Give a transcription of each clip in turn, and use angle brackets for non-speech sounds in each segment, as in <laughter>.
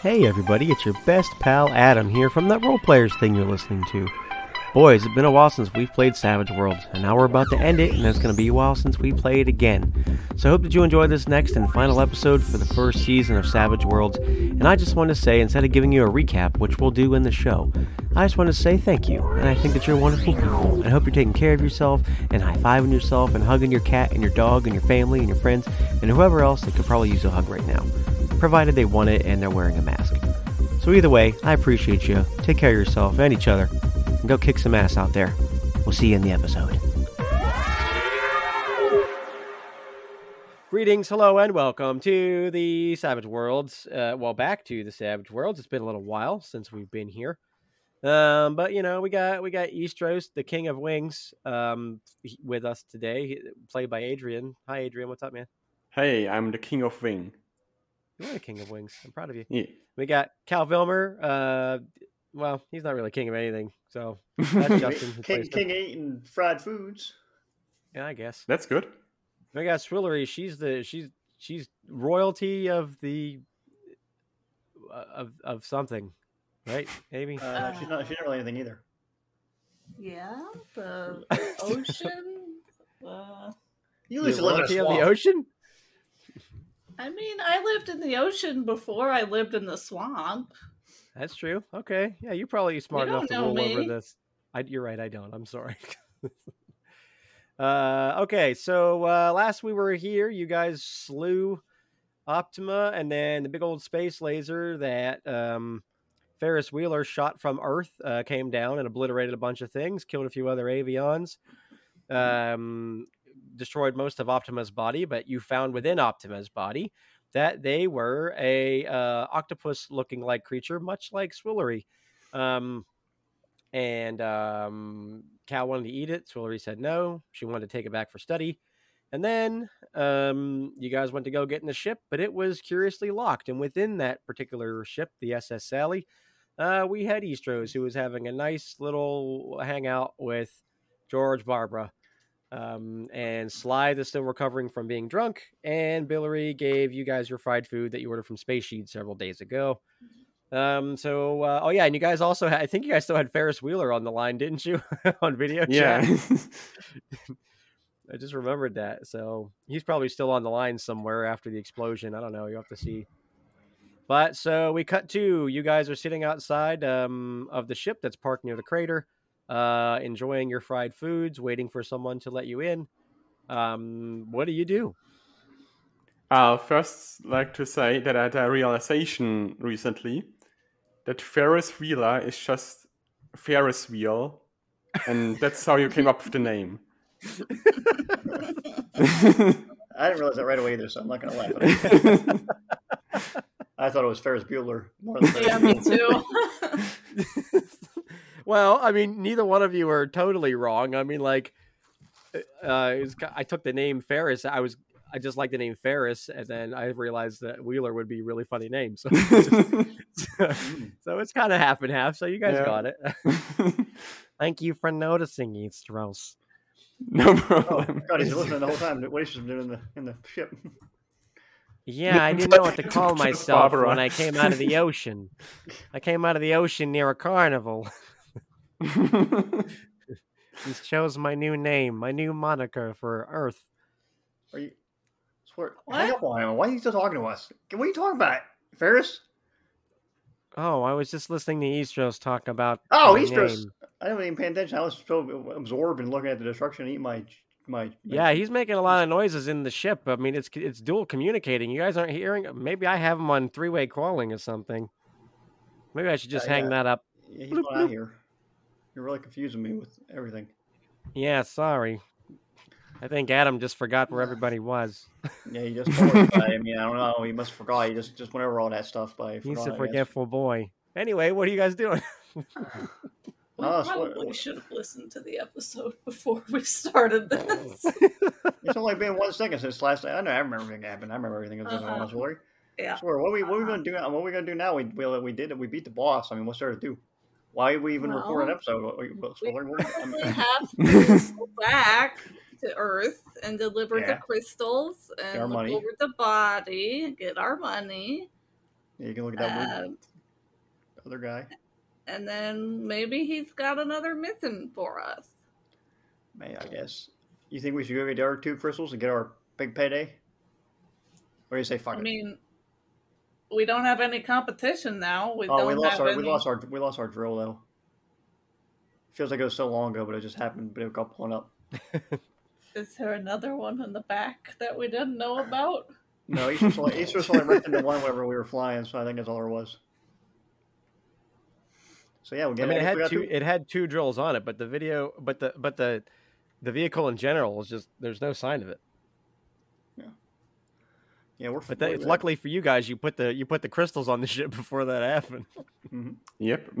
Hey everybody, it's your best pal Adam here from that role players thing you're listening to. Boys, it's been a while since we've played Savage Worlds, and now we're about to end it, and it's going to be a while since we play it again. So I hope that you enjoy this next and final episode for the first season of Savage Worlds, and I just want to say, instead of giving you a recap, which we'll do in the show, I just want to say thank you, and I think that you're wonderful people, and I hope you're taking care of yourself, and high-fiving yourself, and hugging your cat, and your dog, and your family, and your friends, and whoever else that could probably use a hug right now, provided they want it and they're wearing a mask. So either way, I appreciate you. Take care of yourself and each other. And go kick some ass out there. We'll see you in the episode. Greetings, hello, and welcome to the Savage Worlds. Uh, well, back to the Savage Worlds. It's been a little while since we've been here, um, but you know we got we got Eastros, the King of Wings, um, he- with us today, he- played by Adrian. Hi, Adrian. What's up, man? Hey, I'm the king of wing. You are the King of Wings. I'm proud of you. Yeah. We got Cal Vilmer. Uh, well, he's not really king of anything, so that's Justin. who King, plays him. King eating fried foods. Yeah, I guess. <laughs> That's good. We got Swillery. She's the she's she's royalty of the uh, of of something, right? Amy. <laughs> Uh, she's not. She's not really anything either. Yeah, <laughs> the ocean. uh, oh, You The lose live royalty in a of the swamp. ocean. I mean, I lived in the ocean before I lived in the swamp. That's true. Okay. Yeah, you're probably smart enough don't to know rule over me. this. I, you're right. I don't. I'm sorry. <laughs> uh, okay. So uh, last we were here, you guys slew Optima and then the big old space laser that um, Ferris Wheeler shot from Earth uh, came down and obliterated a bunch of things, killed a few other avions, Mm-hmm. um, destroyed most of Optima's body, but you found within Optima's body that they were a uh, octopus looking like creature, much like Swillery. Um, and um, Cal wanted to eat it. Swillery said no. She wanted to take it back for study. And then um, you guys went to go get in the ship, but it was curiously locked. And within that particular ship, the SS Sally, uh, we had Eastros, who was having a nice little hangout with George Barbara. Um, and Slythe is still recovering from being drunk. And Billery gave you guys your fried food that you ordered from Space Sheed several days ago. Um, so, uh, oh yeah, and you guys also had, I think you guys still had Ferris Wheeler on the line, didn't you? <laughs> on video chat. Yeah. I just remembered that. So he's probably still on the line somewhere after the explosion. I don't know. You have to see. But so we cut to you guys are sitting outside um, of the ship that's parked near the crater, uh, enjoying your fried foods, waiting for someone to let you in. Um, what do you do? <laughs> I'll first like to say that I had a realization recently that Ferris Wheeler is just Ferris Wheel, and that's how you came up with the name. <laughs> I didn't realize that right away either, so I'm not gonna laugh. At <laughs> it. I thought it was Ferris Bueller. More than Ferris Yeah, me Bueller. too. <laughs> <laughs> well, I mean, neither one of you are totally wrong. I mean, like, uh, it was, ki- I took the name Ferris. I was, I just like the name Ferris, and then I realized that Wheeler would be a really funny name. <laughs> So, so it's kind of half and half. So you guys Yeah. got it. <laughs> Thank you for noticing, Eat Strauss. no Oh problem. <laughs> God, he's listening the whole time. to What he's doing in the in the ship? <laughs> Yeah, I didn't know what to call Just myself when Barbara. I came out of <laughs> the ocean. I came out of the ocean near a carnival. He's chose my new name, my new moniker for Earth. Are you? Swear, What? hang up on him. Why are you still talking to us? What are you talking about, Ferris? Oh, I was just listening to Eastros talk about. Oh, my Eastros. name. I didn't even pay attention. I was so absorbed in looking at the destruction and eating my my. Yeah, he's making a lot of noises in the ship. I mean, it's it's dual communicating. You guys aren't hearing. Maybe I have him on three way calling or something. Maybe I should just Yeah, hang yeah. that up. Yeah, he's Bloop, not out bloop. here. You're really confusing me with everything. Yeah, sorry. I think Adam just forgot where Yeah. everybody was. Yeah, he just. forgot. I mean, I don't know. He must have forgot. He just just went over all that stuff by. He's forgot, a I guess. forgetful boy. Anyway, what are you guys doing? We Oh, so- probably should have listened to the episode <laughs> before we started Oh, this. It's only been one second since last night. I know. I remember everything that happened. I remember everything that was going on. Uh-huh. I swear. Yeah. Uh-huh. I swear. What we what we gonna do? Now? What we gonna do now? We we, we did it. We beat the boss. I mean, what's there to do? Why we even record an Well, episode? What- what- what- we what- what- I <laughs> We mean, have to <laughs> go back to Earth and deliver Yeah. the crystals and our look money. over the body, get our money, Yeah, you can look at that Uh, movie. other guy. and then maybe he's got another missing for us. May I guess. You think we should go get our two crystals and get our big payday? Or you say fuck I it? mean, we don't have any competition now. <laughs> We oh, don't we lost have our any. we lost our we lost our drill though. Feels like it was so long ago, but it just happened. But it got blown up. Is there another one in the back that we didn't know about? No, each was only, each was <laughs> only wrecked into one whenever we were flying, so I think that's all there was. So yeah, we I get. mean, it guess <laughs> had we got two. It had two drills on it, but the video, but the but the the vehicle in general is just there's no sign of it. Yeah, we're. But that, we're- luckily for you guys, you put the you put the crystals on the <laughs> ship before that happened. <laughs> Yep. <laughs>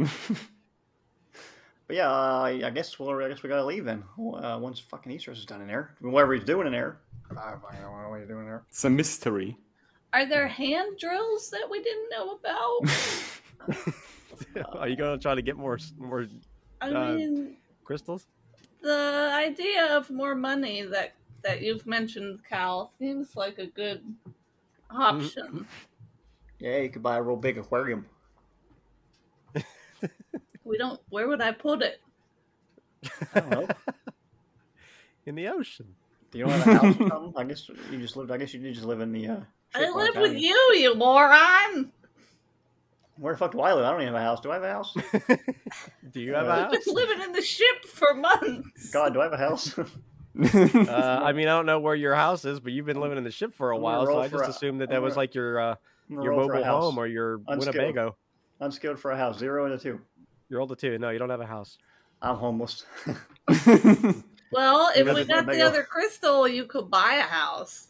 But yeah, uh, I guess well, I guess we gotta leave then. Uh, once fucking Easter's is done in there, whatever he's doing in there. I fucking don't know what he's doing in there. it's a mystery. Are there hand drills that we didn't know about? Are you going to try to get more s- more I Uh, mean, crystals? the idea of more money that that you've mentioned, Cal, seems like a good option. Yeah, you could buy a real <laughs> big aquarium. We don't. Where would I put it? I don't know. in the ocean. Do you don't have a house or something? I guess you just lived. I guess you did just live in the. Uh, I ship on live town. with you, you moron. Where the fuck do I live? I don't even have a house. Do I have a house? <laughs> Do you have a Uh, I've <laughs> house? been living in the ship for months. God, do I have a house? <laughs> Uh, I mean, I don't know where your house is, but you've been living in the ship for a I'm gonna while, so roll I for just a- assumed that I'm that was gonna- like your uh, I'm gonna your roll for a mobile house. home or your I'm scared. Winnebago. Unskilled for a house. Zero and a two. You're older too. No, you don't have a house. I'm homeless. <laughs> <laughs> Well, if live we in got the Winnebago. other crystal, you could buy a house.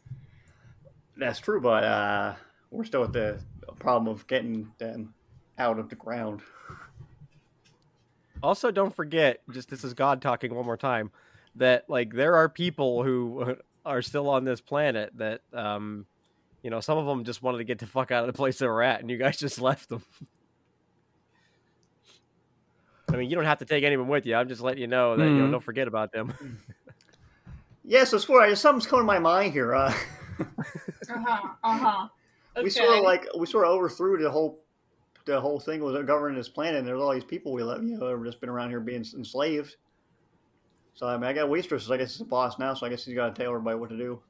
That's true, but uh, we're still at the problem of getting them out of the ground. Also, don't forget, just this is God talking one more time, that like there are people who <laughs> are still on this planet that um, you know, some of them just wanted to get the fuck out of the place they were at, and you guys <laughs> just left them. I mean, you don't have to take anyone with you. I'm just letting you know that you know, Mhm. don't forget about them. Yes, I swear, something's coming to my mind here. Uh, Uh huh. Uh huh. We sort of like we sort of overthrew the whole the whole thing was governing this planet. and There's all these people we let you know have just been around here being enslaved. So I mean, I got waitresses. I guess is the boss now, so I guess he's got to tell everybody what to do.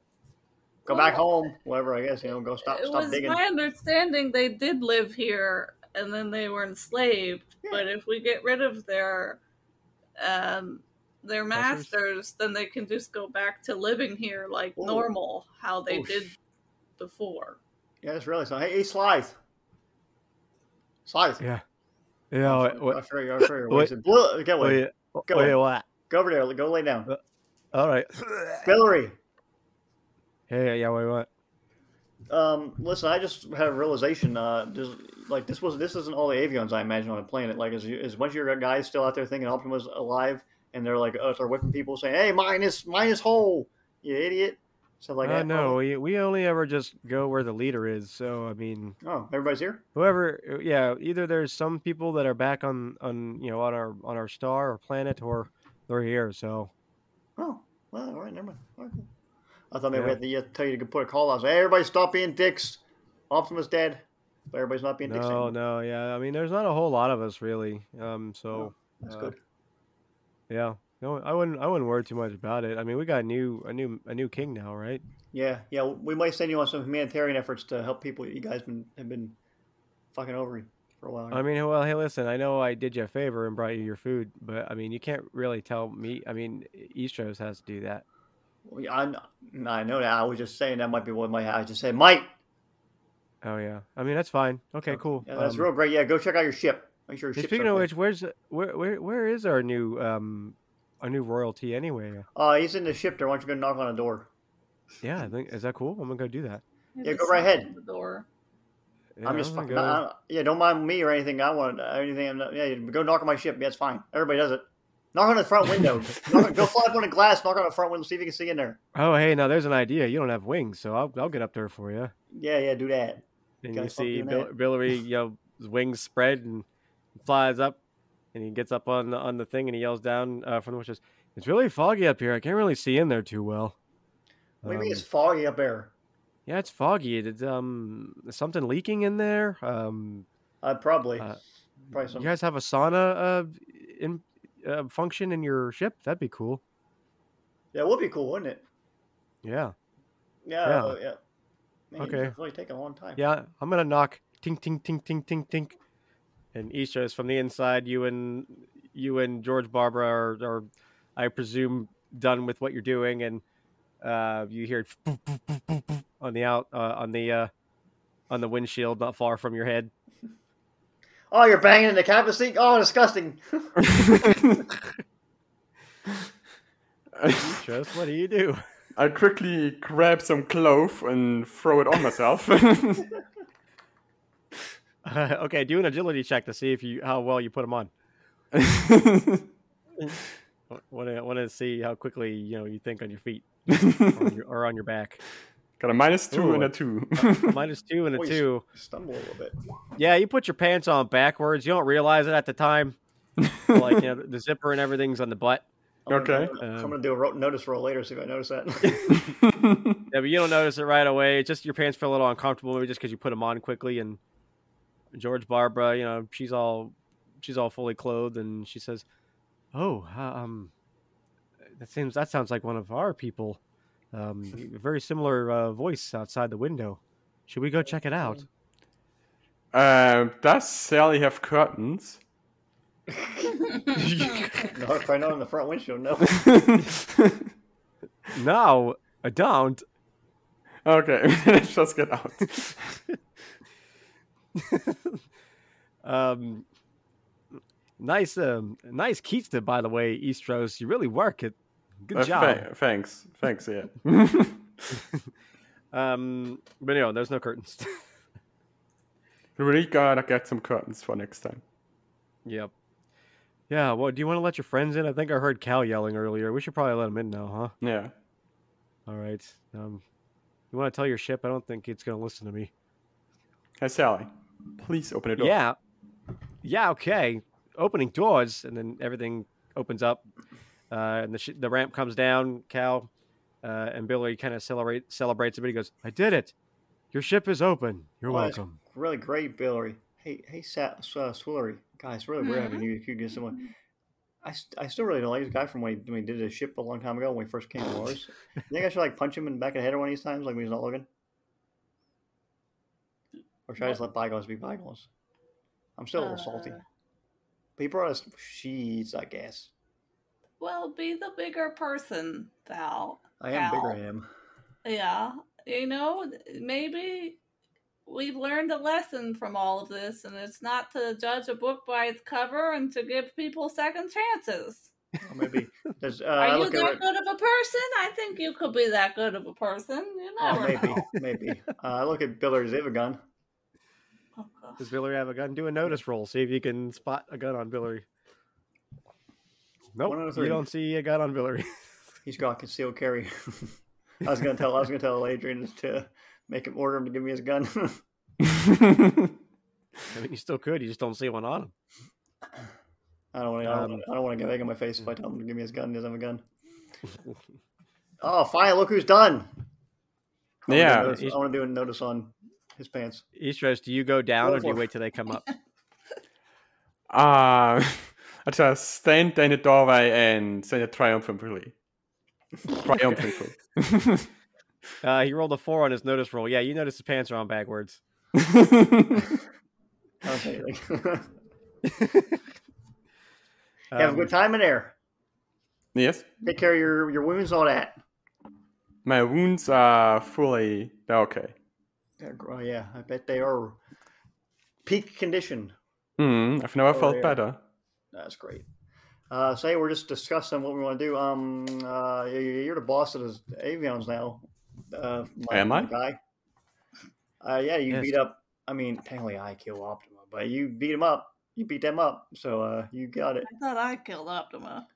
Go back home, whatever. I guess you know, go stop it stop was uh, digging. my understanding they did live here and then they were enslaved. Yeah. But if we get rid of their um, their Masters? masters, then they can just go back to living here like Oh. normal, how they Oh, did sh- before. Yeah, that's really something. Hey, hey Slythe. Slythe. <laughs> Yeah, I what, figure, I figure. what- wasted. Blah, get away. what, Go what, on. what? Go over there. Go lay down. Uh, All <laughs> right. Hillary, Hey, yeah, wait, what? um, listen, I just had a realization. Uh, just, like this was this isn't all the avions I imagine on a planet. Like, is is a bunch of your guys still out there thinking Optima's alive? And they're like, uh, they're whipping people saying, "Hey, mine is mine is whole, you idiot." So like, uh, eh, no, we, we only ever just go where the leader is. So I mean, Oh, oh, everybody's here. whoever uh, yeah either there's some people that are back on on you know on our on our star or planet or they're here so Oh, well, all right, never mind. All right, cool. I thought maybe Yeah. we had to uh, tell you to put a call out. Say, hey, everybody, stop being dicks. Optima's dead, but everybody's not being dicks. no anymore. no yeah i mean there's not a whole lot of us really um so that's uh, good. yeah no i wouldn't i wouldn't worry too much about it i mean we got a new a new a new king now right Yeah, yeah, we might send you on some humanitarian efforts to help people you guys been have been fucking over for a while. i mean well hey listen i know i did you a favor and brought you your food but i mean you can't really tell me i mean Eastros has to do that Well, yeah, I'm, I know that. I was just saying that might be what my I just said might. oh yeah i mean that's fine okay cool Yeah, that's Um, real great. Yeah, go check out your ship. Make sure your hey, ship's speaking okay. of which where's where, where where is our new um our new royalty anyway uh, he's in the ship there. Why don't you go knock on the door? Yeah, I think is that cool? I'm gonna go do that. They Yeah, just go right knocked ahead. on The door. Yeah, I'm just gonna fucking. go- I- I- yeah, don't mind me or anything. I want uh, anything. I'm not, yeah, go knock on my ship. Yeah, it's fine. Everybody does it. Knock on the <laughs> front window. knock on, go fly up on the glass. Knock on the front window. See if you can see in there. Oh, hey, now there's an idea. You don't have wings, so I'll, I'll get up there for you. Yeah, yeah, do that. And you Guys, fuck see doing Bill, that. Billary, you know, his wings spread and flies up, and he gets up on the, on the thing and he yells down uh, from the bushes. It's really foggy up here. I can't really see in there too well. What do you mean Um, it's foggy up there? Yeah, it's foggy. Did um is something leaking in there? Um, Uh, probably. Uh, probably you some. guys have a sauna uh in uh, function in your ship? That'd be cool. Yeah, it would be cool, wouldn't it? Yeah, Yeah. Yeah. Yeah. yeah. Man, Okay. It's really taking a long time. yeah. I'm gonna knock. Tink, tink, tink, tink, tink, tink. And Isha's from the inside. You and you and George Barbara are, are I presume, done with what you're doing, and uh, you hear boop, boop, boop, boop, boop on the out uh, on the uh, on the windshield, not far from your head. Oh, you're banging in the cabin seat. Oh, disgusting. Just what do you do? <laughs> I quickly grab some cloth and throw it on myself. <laughs> <laughs> okay, do an agility check to see if you how well you put them on. Want to want to see how quickly you know you think on your feet or on your, or on your back. Got a minus two Ooh, and I- a two. Minus two and a Oh, you s- two. Stumble a little bit. Yeah, you put your pants on backwards. You don't realize it at the time. like you know, the zipper and everything's on the butt. I'm gonna- Okay. I'm Um, going to do a ro- notice roll later, see if I notice that. <laughs> Yeah, but you don't notice it right away. It's just your pants feel a little uncomfortable, maybe just because you put them on quickly. And George Barbara, you know, she's all she's all fully clothed, and she says, "Oh, uh, um, that seems that sounds like one of our people. Um, a very similar uh, voice outside the window. Should we go check it out?" <laughs> uh, does Sally have curtains? <laughs> no, probably not on the front windshield. No. No, I don't. okay, <laughs> let's just get out. Um, nice, um, nice Keista, by the way, Eastros. You really work it. Good Uh, job. tha- thanks. Thanks, yeah. <laughs> Um, but no, there's no curtains. <laughs> We really gotta get some curtains for next time. Yep. Yeah. Well, do you want to let your friends in? I think I heard Cal yelling earlier. We should probably let him in now, huh? Yeah. All right. Um, you want to tell your ship? I don't think it's gonna listen to me. Hey, Sally, please open the door. Yeah. Yeah. Okay. Opening doors, and then everything opens up, uh, and the sh- the ramp comes down. Cal uh, and Billy kind of celebrate celebrates a bit. He goes, "I did it. Your ship is open. You're Well, that's- welcome." really great, Billery. Hey, hey, Sa- uh, Swillery. Guys, really weird having Mm-hmm. you. You get someone. I, st- I still really don't like this guy from when he, when he did his ship a long time ago when we first came to Mars. you think I should like punch him in the back of the head one of these times, like when he's not looking? Or should I just let bygones be bygones? I'm still a little salty. Uh. But he brought us sheets, I guess. Well, be the bigger person, Val. I am bigger Ow. than him. Yeah, you know, maybe we've learned a lesson from all of this, and it's not to judge a book by its cover and to give people second chances. Or <laughs> maybe. Does, uh, I Are you look over that at- good of a person? I think you could be that good of a person. You Oh, never maybe, know. maybe. Uh, I look at Billery's gun. Oh, God. Does Billy have a gun? Do a notice roll. See if you can spot a gun on Billy. One out Nope, of you three. don't see a gun on Billy. <laughs> He's got concealed carry. <laughs> I was gonna tell I was gonna tell Adrian to make him order him to give me his gun. <laughs> I mean, you still could. You just don't see one on him. I don't want to. Um, I don't want to get egg in my face if I tell him to give me his gun. He doesn't have a <laughs> gun. Oh, finally! Look who's done. I wanna do <laughs> a Yeah. notice- he's- I want to do a notice on his pants. Eastros, do you go down or do you Over. wait till they come <laughs> up? Uh, <laughs> I just stand there in the doorway and say it triumphantly. Triumphantly. Uh, he rolled a four on his notice roll. Yeah, you notice his pants are on backwards. I don't say anything. <laughs> have a Um, good time in there. yes, Take care of your, your wounds, all that. my wounds are fully they're okay. Yeah, gr- Oh, yeah, I bet they are peak condition. Hmm, I've never felt yeah. better. <laughs> That's great. Uh, say we're just discussing what we want to do. Um, uh, you- you're the boss of the Avions now. Uh, my, Am I? my Guy. Uh, yeah, you Yes. beat up. I mean, technically, I kill Optima, but you beat him up. You beat them up, so uh, you got it. I thought I killed Optima.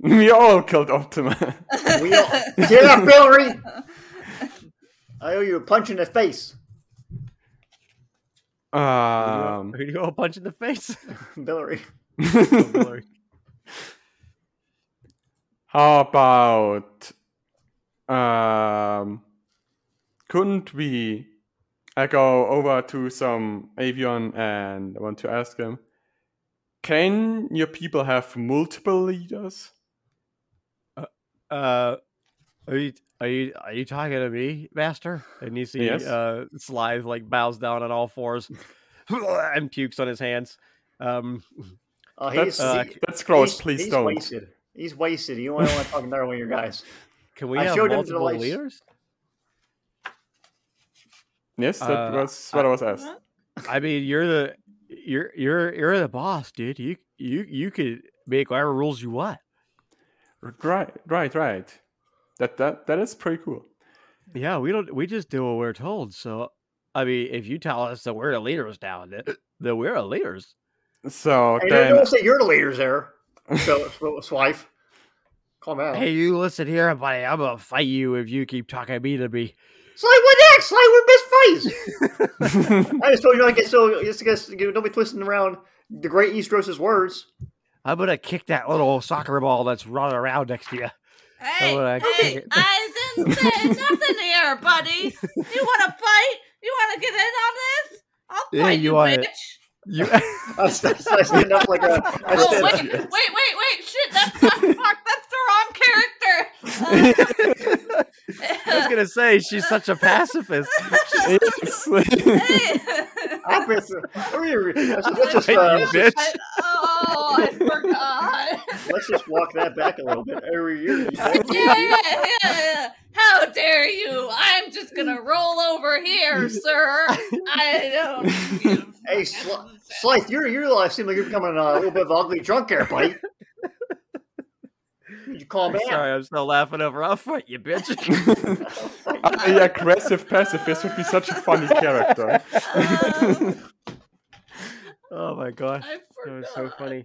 We all killed Optima. <laughs> We all, <laughs> get up, Hillary. I owe you a punch in the face, <laughs> <laughs> um, who do you all punch in the <laughs> face? Hillary. <laughs> Hillary. how about um, couldn't we I go over to some avion and I want to ask him can your people have multiple leaders? Uh, are you are you are you talking to me, Master? And you see, Yes. uh, Slythe like bows down on all fours <laughs> and pukes on his hands. Um, Uh, That's, he's, uh, he- that's gross, he's- please he's don't. Wasted. He's wasted. You only want to talk another one of <laughs> your guys. can we I have showed him the multiple lights. leaders? Yes, that Uh, was what I, was asked. Huh? I mean, you're the you're you're you're the boss, dude. You you you could make whatever rules you want. Right, right, right. That that that is pretty cool. Yeah, we don't. We just do what we're told. So, I mean, if you tell us that we're the leaders now, then, then we're the leaders. So Hey, don't, then, don't say you're the leaders there. So, so swife. Calm out. Hey, you listen here, buddy. I'm gonna fight you if you keep talking me to me. Sly, what next? Sly, we're best friends. <laughs> I just told you not to get so. Just guess, don't be twisting around the great Eastros's words. <laughs> I'm gonna kick that little soccer ball that's running around next to you. Hey, would I kick hey it? I <laughs> didn't say nothing here, buddy. You want to fight? You want to get in on this? I'll Yeah, fight you you, wanna- bitch. You, <laughs> I, s- I stand up like a. <laughs> I Oh, stand, wait, wait, wait, wait. Shit, that's <laughs> not fuck. That's the wrong character. I <laughs> Uh, <laughs> was gonna say she's such a pacifist. <laughs> Hey. I press- I mean, let's just- let's just, Hey, uh, you let's bitch. just- <laughs> I, oh, I <laughs> forgot. let's just walk that back a little bit. Every <laughs> year, Yeah, yeah, yeah. How dare you? I'm just gonna roll over here, sir. I don't. you Hey, Sli- Slythe, your your life seems like you're becoming uh, a little bit of an ugly drunk here, <laughs> buddy. Would you calm down? Sorry, I'm still laughing over. I'll fight you, bitch. an aggressive pacifist would be such a funny <laughs> character. Uh, <laughs> Oh my gosh, I that forgot. was so funny.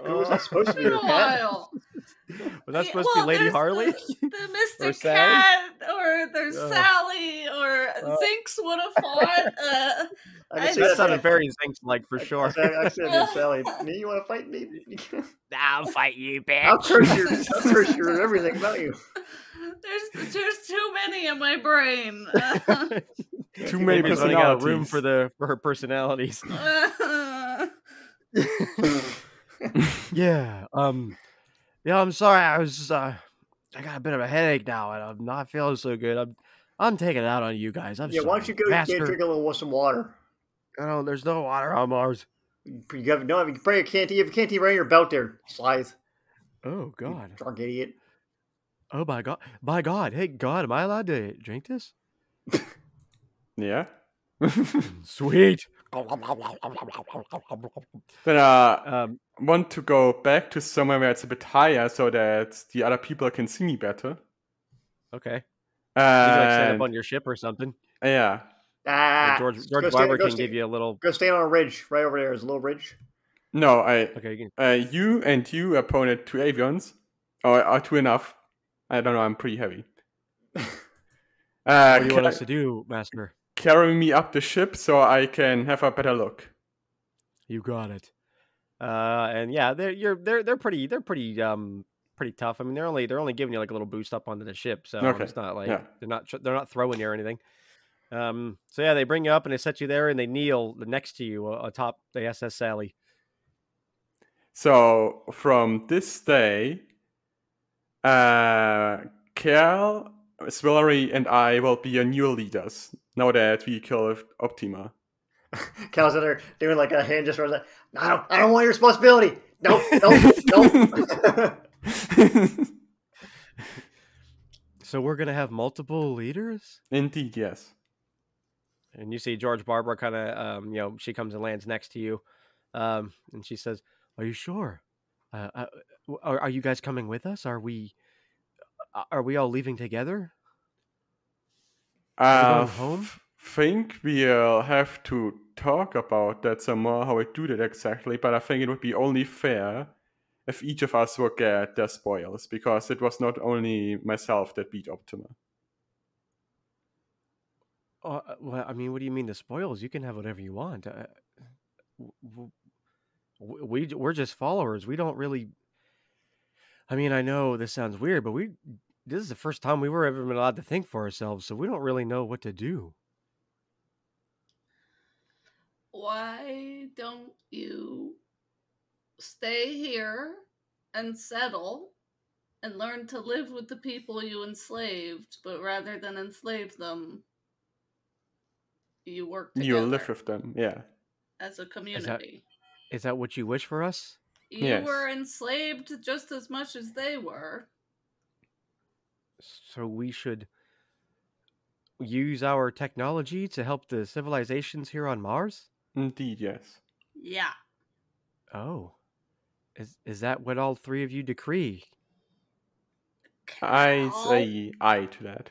Oh, Who was that supposed to be? For Your a cat? while. Was that Yeah, supposed Um, well, to be Lady there's Harley? <laughs> The, the Or Mr. Sally? Cat, or there's Oh. Sally, or Oh. Zinx would <laughs> have fought. Uh, I I That can see just- that sounded sounded very Zinx like for sure. I said to Sally, me, you want to fight me? <laughs> I'll fight you, I'll bitch. curse your, I'll curse your everything about you. there's there's too many in my brain. <laughs> Uh, Too many Maybe running out of room personalities. for the for her personalities. uh, Yeah. Um. Yeah. I'm sorry. I was. just, Uh, I got a bit of a headache now, and I'm not feeling so good. I'm. I'm taking it out on you guys. I'm Yeah, why don't you sorry. go get, Master, drink a little some water? I don't. There's no water on Mars. You have, don't have, you probably can't, you have a canteen right in your belt there, Slythe. Oh you God. Drunk idiot. Oh my God. My God. Hey God, am I allowed to drink this? yeah. Sweet. Then uh, Um. want to go back to somewhere where it's a bit higher so that the other people can see me better. Okay. You can, like stand up And, on your ship or something. yeah. Ah, Like George go George stand- Barber go can stand- give you a little. Go stand on a ridge right over there. Is a little ridge. No, I Okay. You uh, you and you are pointed to avions, or are two enough? I don't know. I'm pretty <laughs> heavy. uh, can, what do you ca- want us to do, Master? carry me up the ship so I can have a better look. You got it. Uh, and yeah, they're you're they're they're pretty they're pretty um pretty tough. I mean, they're only they're only giving you like a little boost up onto the ship, so Okay, it's not like yeah. they're not tr- they're not throwing you or anything. Um, so yeah, they bring you up and they set you there, and they kneel next to you uh, atop the SS Sally. So from this day, uh, Cal, Swillery, and I will be your new leaders. Now that we killed Optima. Cal's in there doing like a hand gesture. Like, I don't, I don't want your responsibility. Nope, nope, nope. <laughs> <laughs> So we're gonna have multiple leaders. Indeed, yes. and you see George Barbara kind of, um, you know, she comes and lands next to you, um, and she says, "Are you sure? Uh, uh, w- are, are you guys coming with us? Are we, a- are we all leaving together?" Are we Uh, going home? f- think we'll have to talk about that some more, how we do that exactly, but I think it would be only fair if each of us would get their spoils, because it was not only myself that beat Optima. Uh, uh, well, I mean, what do you mean the spoils? You can have whatever you want. Uh, w- w- w- we j- we're just followers. We don't really. I mean, I know this sounds weird, but we this is the first time we were ever been allowed to think for ourselves, so we don't really know what to do. Why don't you stay here and settle and learn to live with the people you enslaved, but rather than enslave them, you work You together live with them, yeah. as a community. Is that what you wish for us? You Yes. were enslaved just as much as they were. So we should use our technology to help the civilizations here on Mars? Indeed, yes. Yeah. Oh. Is is that what all three of you decree? I Cal. say aye to that.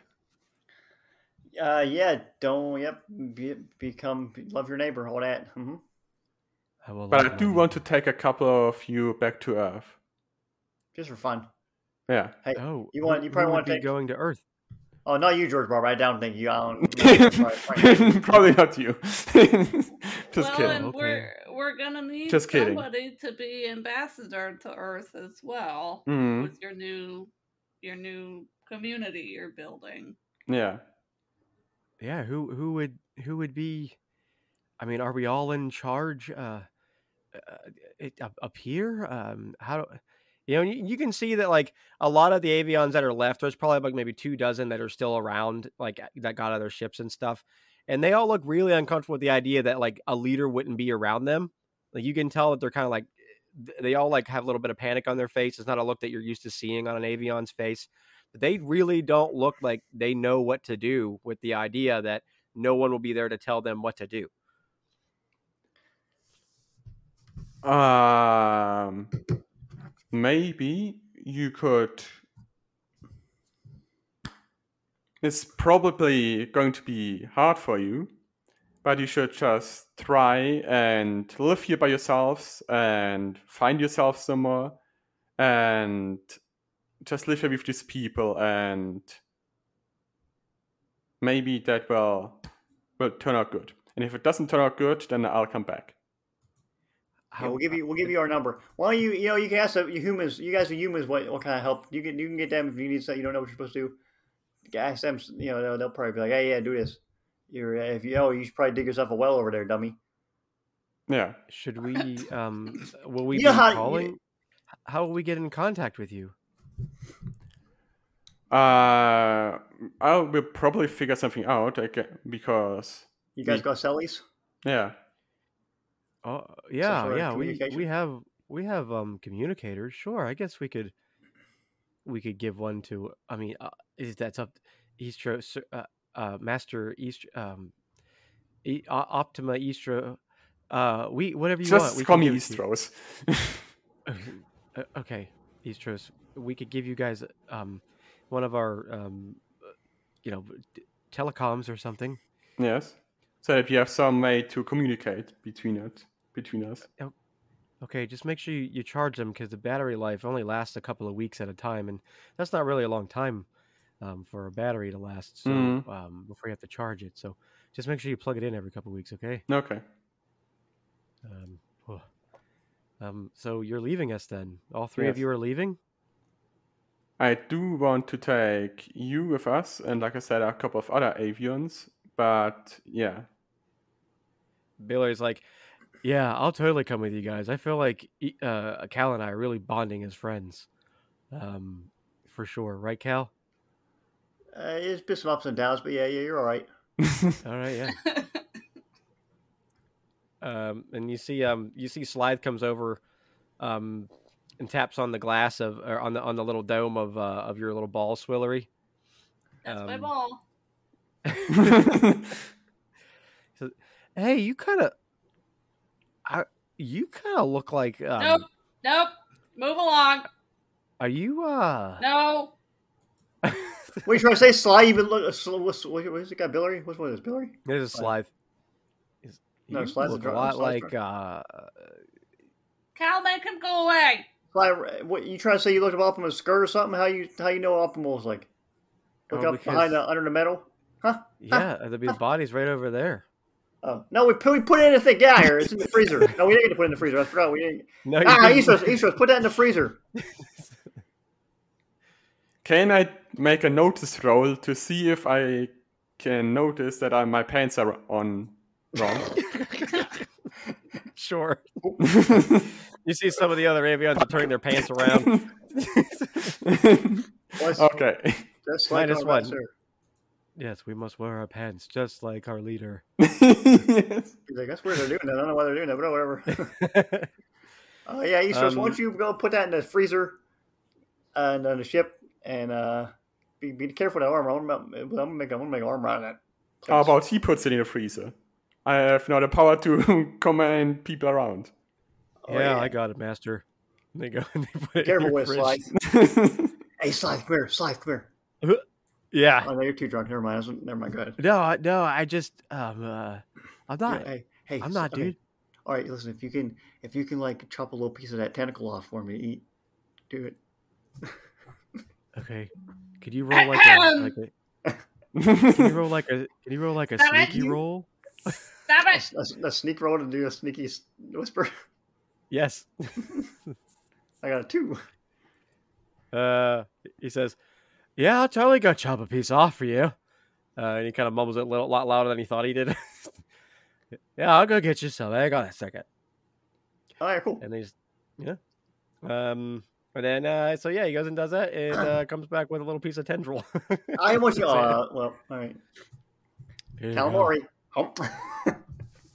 Uh, yeah, don't. Yep, be, become love your neighbor, all that. hmm I will But let I do my- want to take a couple of you back to Earth. Just for fun. Yeah. <laughs> Oh, You who- want- you who probably would wanna be take- going to Earth. Oh, not you, George Barber. I don't think you. <laughs> I <laughs> don't. Probably not you. Just well, kidding. and Okay. we're we're gonna need Just kidding. somebody to be ambassador to Earth as well Mm, with your new your new community you're building. yeah. Yeah, who who would who would be I mean, are we all in charge uh, uh it, up, up here? Um how do you know, you, you can see that like a lot of the avions that are left, there's probably like maybe two dozen that are still around, like that got other ships and stuff, and they all look really uncomfortable with the idea that like a leader wouldn't be around them. Like you can tell that they're kind of like th- they all like have a little bit of panic on their face. It's not a look that you're used to seeing on an avion's face, but they really don't look like they know what to do with the idea that no one will be there to tell them what to do. Um, maybe you could. It's probably going to be hard for you, but you should just try and live here by yourselves and find yourself somewhere and just live here with these people and maybe that will will turn out good. And if it doesn't turn out good, then I'll come back. Yeah, How- we'll give you we'll give you our number. Why don't you you know you can ask the you humans you guys are humans what what kind of help you can you can get them if you need something you don't know what you're supposed to do. You can Ask them you know they'll, they'll probably be like hey yeah do this. You're uh, if you oh you should probably dig yourself a well over there dummy. Yeah. uh, Should we? <laughs> Um, will we You know be how- you- calling? How will we get in contact with you? Uh, I will probably figure something out okay, because You guys Me. got cellies? yeah, Oh, yeah, for yeah. We we communication? have we have um communicators. Sure, I guess we could we could give one to. I mean, uh, is that's up Eastro Sir- uh, uh, Master East um e, O- Optima Eastro. Uh, we whatever you want. just We call can me give it to you. Eastros. <laughs> Uh, okay, Eastros, we could give you guys um one of our um uh, you know t- telecoms or something. <laughs> yes, so that we have some way to communicate between it between us. Okay, just make sure you, you charge them because the battery life only lasts a couple of weeks at a time, and that's not really a long time um, for a battery to last. So Mm. um, before you have to charge it, so just make sure you plug it in every couple of weeks. Okay. Okay. Um, whew. um, so you're leaving us then? All three of Yes. you are leaving? I do want to take you with us, and like I said, a couple of other avians. But yeah, Billy's like, yeah, I'll totally come with you guys. I feel like e- uh, Cal and I are really bonding as friends, um, for sure. Right, Cal? Uh, it's been some ups and downs, but yeah yeah you're all right. All right, yeah. um, and you see um, you see Slythe comes over um, and taps on the glass of or on the on the little dome of uh, of your little ball swillery. <laughs> That's my Um, ball. Hey, you kind of I you kind of look like um, Nope. Nope. Move along. are you uh No. What are you trying to say, Sly? You've been look. uh, Sl- what's what is it guy Billary? What's one of those Billary? there's a Slythe. Is- No, you Slythe's a look a drunk- lot Slythe's like drunk. uh <laughs> Cal, make him go away. Sly, uh, what you trying to say? You looked up Optima's skirt or something? How you how you know Optimal's like? Look Oh, up behind because- the under the metal. Huh? yeah, the his body's right over there. Oh no, we put, we put it in the thing. Get out of here. It's in the freezer. No, we didn't get to put it in the freezer. I forgot. <laughs> We didn't. <laughs> No, Ah, didn't. Eastros, Eastros, put that in the freezer. can I make a notice roll to see if I can notice that I, my pants are on wrong. Sure. You see some of the other avions are turning their pants around. <laughs> Plus, <laughs> okay. that's like minus all right, one. sir. <laughs> yes, we must wear our pants just like our <laughs> leader. He's like, that's weird they're doing that. I don't know why they're doing that, but <laughs> whatever. Oh, uh, yeah, Eastros, Um, why don't you go put that in the freezer and on the ship and uh, be, be careful with that armor. I'm gonna, I'm gonna make I'm gonna make an armor out of that. How Oh, about he puts it in the freezer? I have not the power to <laughs> command people around. <laughs> Oh, yeah, I got it, master. And they go and they put it in Careful your with <laughs> it, fridge. Sly. Hey, Sly, come here. Sly, come here. Yeah. Oh, no, you're too drunk. Never mind. That's- Never mind. Go ahead. No, I- no, I just, um, uh, I'm not. Hey, hey, I'm not, okay. dude. All right, listen. If you can, if you can, like chop a little piece of that tentacle off for me to eat, do it. Okay. Could you roll like a, like a can you roll like a can you roll like a Stop it, sneaky you- roll? Stop A, <laughs> it! s- a s- a sneak roll to do a sneaky s- whisper. Yes. I got a two. Uh, he says, "Yeah, I'll totally go chop a piece off for you." Uh, and he kind of mumbles it a little, lot louder than he thought he did. <laughs> yeah, I'll go get you some. Hang on a second. All right, cool. And they just, yeah. Um, and then uh, so yeah, he goes and does that, and <clears throat> uh, comes back with a little piece of tendril. <laughs> I want you. Say it. Uh, well, all right. Here you go. Calamari. Oh. <laughs>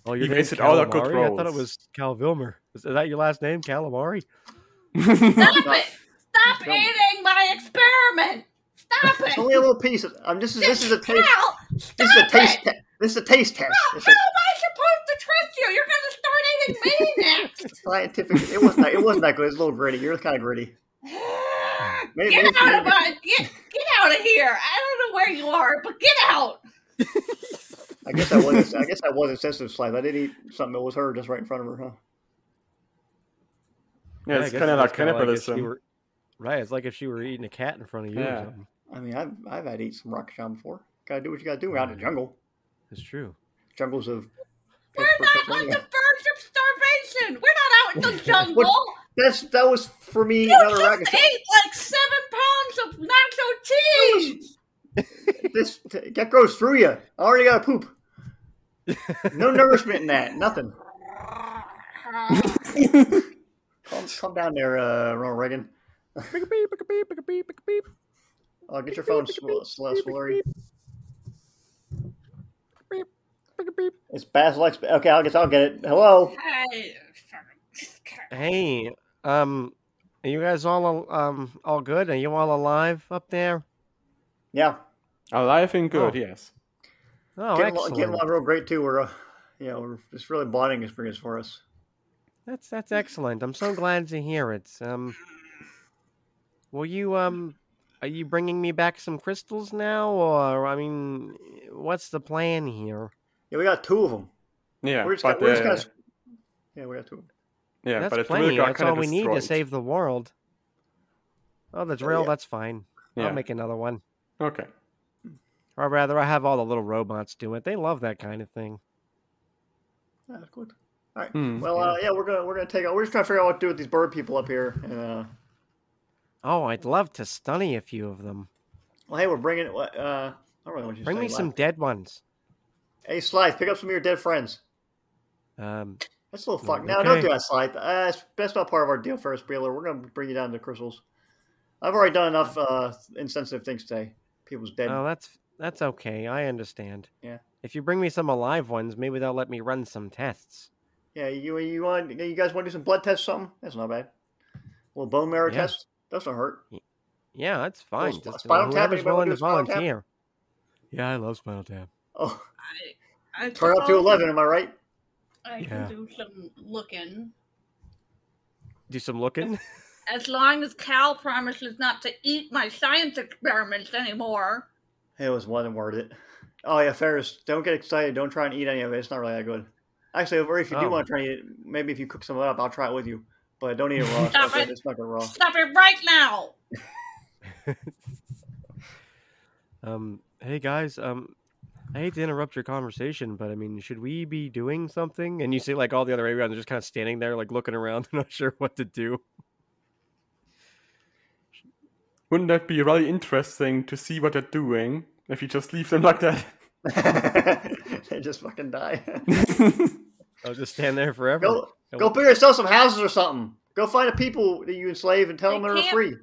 Oh, your You name's wasted all our good Calamari? I thought it rolls. was Cal Vilmer. Is, is that your last name, Calamari? Stop it! Stop Don't. eating my experiment! Stop It's it! only a little piece. Of, I'm just. This is a taste. Cal, This is a stop taste. it! Te- this is a taste test. How am I It's a supposed to trust you? You're gonna start eating me <laughs> next! <sighs> scientific. It wasn't. It wasn't that good. It's a little gritty. You're kind of gritty. Maybe- get maybe- out of my get, get out of here! I don't know where you are, but get out! I guess I was. I guess I was insensitive, Sly. I did eat something that was her just right in front of her, huh? yeah, I it's guess kind of like just kinda if she cannibalism. were- right, it's like if she were eating a cat in front of you or Yeah. something. I mean, I've I've had to eat some rock sham before. Gotta do what you gotta do out in the Mm. jungle. It's true. Jungles of. We're not on the verge of starvation! We're not out in the <laughs> jungle! What- That's that was for me you another rock. just ate like seven pounds of <laughs> nacho cheese! This that goes through you. I already got to poop. No nourishment in that. Nothing. Calm, calm down there, uh, Ronald Reagan. Beep, beep, beep, beep, beep, beep, beep, beep. Uh, get your phone, Sw- Sl- Slurry. It's Baz Lex. Okay, I'll get. I'll get it. Hello. Hey, Hey, um, are you guys all al- um all good? Are you all alive up there? Yeah, Alive and good, Oh. yes. Oh, getting, along, getting excellent. along real great too. We're, uh, yeah, we're it's really a bonding experience for us. That's that's Hmm? excellent. I'm so glad to hear it. Um, will you um, are you bringing me back some crystals now, or I mean, what's the plan here? Yeah, we got two of them. Yeah, we're just, but got, we're just uh, got, yeah, we got two. Of them. yeah, that's but it plenty. really got that's kind all of we destroyed. need to save the world. Oh, the Oh, drill. yeah. That's fine. Yeah. I'll make another one. Okay. Or rather, I have all the little robots do it. They love that kind of thing. Yeah, that's good. All right. Hmm. Well, uh, yeah, we're gonna we're gonna take. We're just trying to figure out what to do with these bird people up here. And uh, Oh, I'd love to study a few of them. well, hey, we're bringing. Uh, I don't really want you. to Bring say me it some loud. dead ones. Hey, Slythe, pick up some of your dead friends. Um, That's a little fuck. Mm, No, don't okay. do that, Slythe. Uh, it's- that's not part of our deal, Ferris Bueller. We're gonna bring you down to crystals. I've already done enough uh, insensitive things today. People's dead. oh, that's that's okay. I understand. Yeah. If you bring me some alive ones, maybe they'll let me run some tests. Yeah, you you want you guys want to do some blood tests? or Something that's not bad. Well, bone marrow Yeah. test doesn't hurt. Yeah, that's fine. sp- Just uh, Spinal Tap, whoever's anybody wanna willing do to Spinal Tap? volunteer. Yeah, I love Spinal Tap. Oh, <laughs> I, I turn up to suppose eleven. Am I right? I can Yeah. do some looking. Do some <laughs> looking. As long as Cal promises not to eat my science experiments anymore. It was one word. It. Oh yeah, Ferris. Don't get excited. Don't try and eat any of it. It's not really that good. Actually, or if you do Oh. want to try and eat it, maybe if you cook some of it up, I'll try it with you. But don't eat it raw. <laughs> It's Stop not good. it. It's not <laughs> good raw. <laughs> Stop it right now! um, hey guys. Um, I hate to interrupt your conversation, but I mean, should we be doing something? And you see, like all the other avions are just kind of <laughs> standing there, like looking around, not sure what to do. Wouldn't that be really interesting to see what they're doing if you just leave them <laughs> like that? they just <laughs> fucking die. I'll just stand there forever. go, Go- go figure yourself some houses or something. Go find the people that you enslaved and tell They them they're can't- free.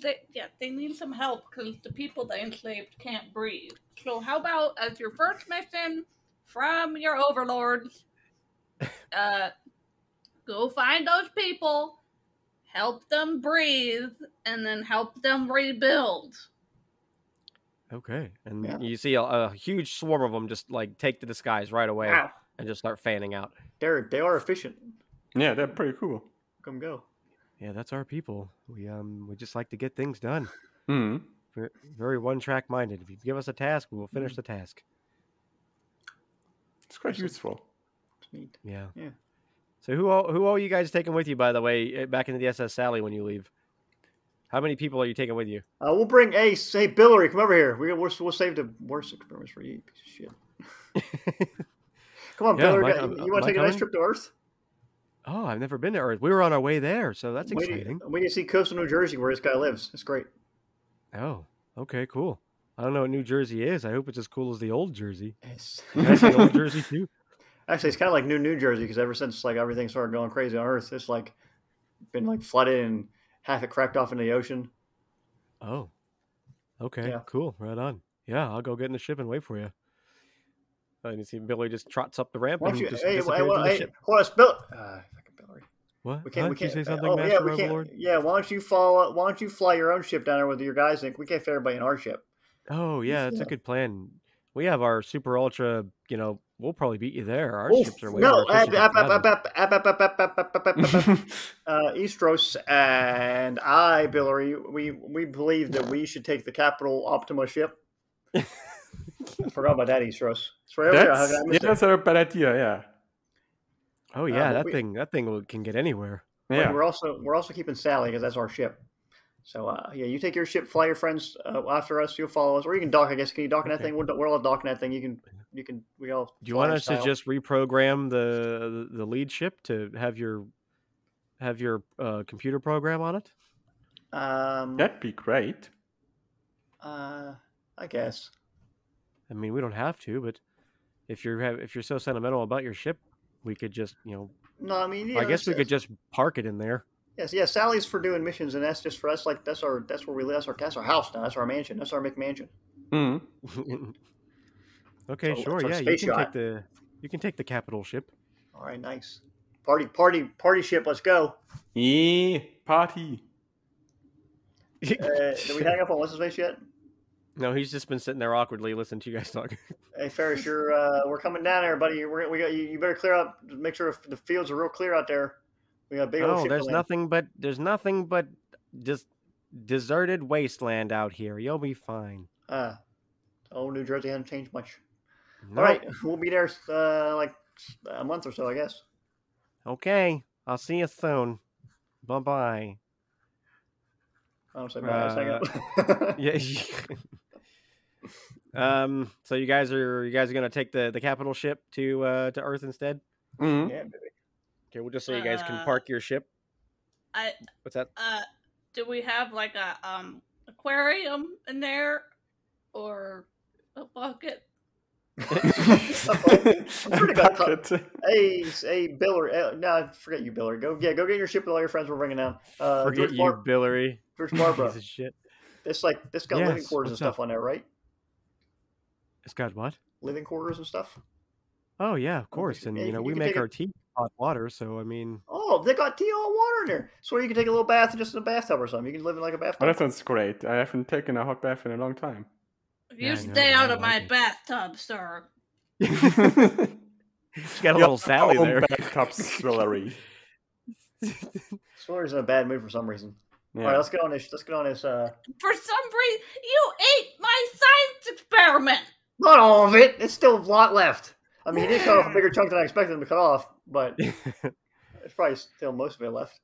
They, yeah, they need some help because the people they enslaved can't breathe. So, how about as your first mission from your <laughs> overlords, uh, go find those people, help them breathe, and then help them rebuild. Okay. And Yeah. you see a, a huge swarm of them just like take to the skies right away Wow, and just start fanning out. they're they are efficient. yeah, they're pretty cool. Come go. Yeah, that's our people. We um we just like to get things done. Hmm. We're very one track minded. If you give us a task, we will finish the task. It's quite Awesome. useful. <laughs> It's neat. Yeah. Yeah. So who all who all you guys taking with you by the way eh, back into the SS Sally when you leave? How many people are you taking with you? <laughs> Uh, we'll bring Ace. Hey, Billary, come over here. We, we're, we'll save the worst experiments for you, you piece of shit. Come on, Yeah, Billary. Mike, got- I'm- you I'm- want to Mike take a nice Owen? trip to Earth? Oh, I've never been to Earth. We were on our way there, so that's We exciting. need, we need to see coastal New Jersey where this guy lives. It's great. Oh, okay, cool. I don't know what New Jersey is. I hope it's as cool as the old <laughs> Jersey. Yes. Can I see old Jersey too? Actually, it's kind of like New New Jersey because ever since like everything started going crazy on Earth, it's like been like flooded and half it cracked off into the ocean. Oh, okay, Yeah. cool. Right on. Yeah, I'll go get in the ship and wait for you. And you see Billy just trots up the ramp Why and don't you? just Hey, disappears hey, in well, the hey, ship. hold on, Bill. Uh, fucking Billary. What? We can't. Huh? we Did you can't. say something, oh, Master yeah, we Overlord? can't. Yeah, why don't you follow? Why don't you fly your own ship down there with your guys? And we can't fit everybody in our ship. Oh, yeah, that's a Yeah. good plan. We have our super ultra. You know, we'll probably beat you there. Our Oh, ships are way no, more efficient up, than the up, others. up, up, up, up, up, up, up, up, up, up, up. uh, Eastros and I, Billary, we we believe that we should take the capital Optima ship. I forgot about that, Eastros. It's right over there. How that's, did I yeah, miss it? that's a bad idea, yeah. Oh yeah, but that Uh, we- thing. That thing will- can get anywhere. But Yeah. We're also we're also keeping Sally because that's our ship. So uh, yeah, you take your ship, fly your friends uh, after us. You'll follow us, or you can dock. I guess can you dock in that Okay. thing? We're, we're all docking that thing. You can you can we all. Do you fly want in us to style. just reprogram the the lead ship to have your have your uh, computer program on it? Um, That'd be great. uh, I guess. I mean, we don't have to, but if you're have, if you're so sentimental about your ship, we could just you know. No, I mean, yeah, I guess we that's- could just park it in there. <laughs> Yes, yeah. Sally's for doing missions, and that's just for us. Like that's our that's where we live. That's our that's our house now. That's our mansion. That's our McMansion. Hmm. okay, So it's sure, our yeah, you space can take yacht. the you can take the capital ship. All right, nice party party party ship. Let's go. Yeah, party. Uh, did we hang up on what's his face yet? <laughs> no, he's just been sitting there awkwardly listening to you guys talk. Hey Ferris, you're uh, we're coming down there, buddy. We're, we got you. You better clear up. Make sure the fields are real clear out there. We got a big old Oh, ship. there's to land. nothing but there's nothing but just deserted wasteland out here. You'll be fine. Uh, oh, New Jersey hasn't changed much. No. All right, we'll be there uh, like a month or so, I guess. Okay. I'll see you soon. Bye bye. I don't say bye. I just hang up. Yeah. <laughs> um. So you guys are you guys are gonna take the the capital ship to uh to Earth instead? Hmm. <laughs> yeah, Okay. Well, just so you guys can Uh, park your ship. I- What's that? Uh, do we have like a um aquarium in there or a bucket? baby. pretty good. Bucket. Hey, hey, Biller. Uh, no, I forget you, Biller. Go, yeah, go get your ship with all your friends. We're bringing down. Uh, Forget George, you, Bar- Billary. George Piece Barbara. of shit. It's like this got living Yes, quarters and what's stuff up? on there, right? It's got what? Living quarters and stuff. Oh yeah, of course. should- And yeah, you know you we can make take a- our tea with hot water, so I mean, <laughs> Oh, they got tea on water in there. So you can take a little bath just in a bathtub or something. You can live in like a Oh, that bathtub. sounds great. I haven't taken a hot bath in a long time. You Yeah, I know, stay out I of my like it. bathtub, sir. she got a <laughs> little Sally Own there. <laughs> Bathtub swillery. Sawyer is in a bad mood for some reason. All right, Yeah. let's get on this. Let's get on this. Uh, For some reason, you ate my science experiment. not all of it. It's still a lot left. I mean, he did cut off a bigger chunk than I expected him to cut off, but <laughs> it's probably still most of it left.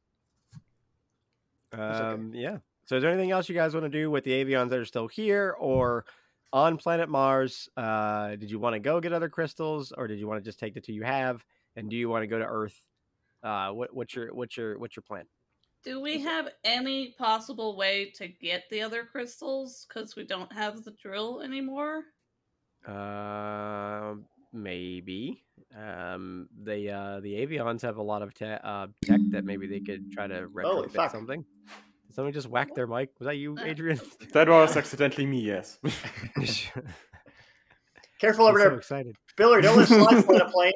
okay. Um, yeah. So is there anything else you guys want to do with the avions that are still here or on planet Mars? Uh, did you want to go get other crystals or did you want to just take the two you have? And do you want to go to Earth? Uh, what, what's your what's your what's your plan? Do we have any possible way to get the other crystals because we don't have the drill anymore? Uh, maybe. Um, the uh, the avions have a lot of te- uh, tech that maybe they could try to retrofit fuck. something. Did someone just whack their mic? Was that <laughs> you, Uh, Adrian? That was accidentally me, yes. <laughs> I'm so Careful over there, excited. Billy. Don't let slide fly <laughs> a plane.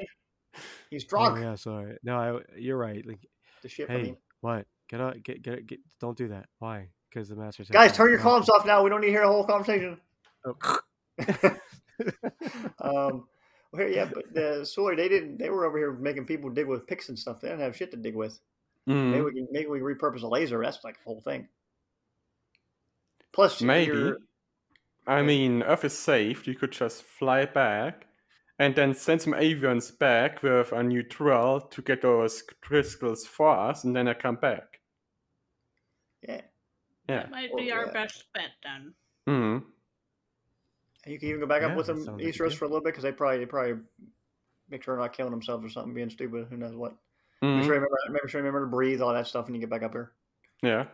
He's drunk. Oh, yeah, sorry. No, I, you're right. Like, The ship. I hey, mean. what? Get up! Get get get! Don't do that. Why? Because the master said. Guys, so. turn your Oh, comms off now. We don't need to hear a whole conversation. <laughs> oh. Um, well, yeah, but uh, Soy, they didn't. They were over here making people dig with picks and stuff. They didn't have shit to dig with. Mm. Mm-hmm. Maybe we can maybe we can repurpose a laser. That's like the whole thing. Plus, Maybe. you're- I mean, Earth is saved. You could just fly back and then send some avians back with a new drill to get those crystals for us, and then I come back. yeah, Yeah. That might Oh, be our yeah. best bet then. Hmm. you can even go back Yeah, up with that them sounds like a East Coast deal. for a little bit because they probably they probably make sure they're not killing themselves or something, being stupid. Who knows what? Make Mm-hmm. Hmm. sure you remember, make sure you remember to breathe, all that stuff, when you get back up here. Yeah.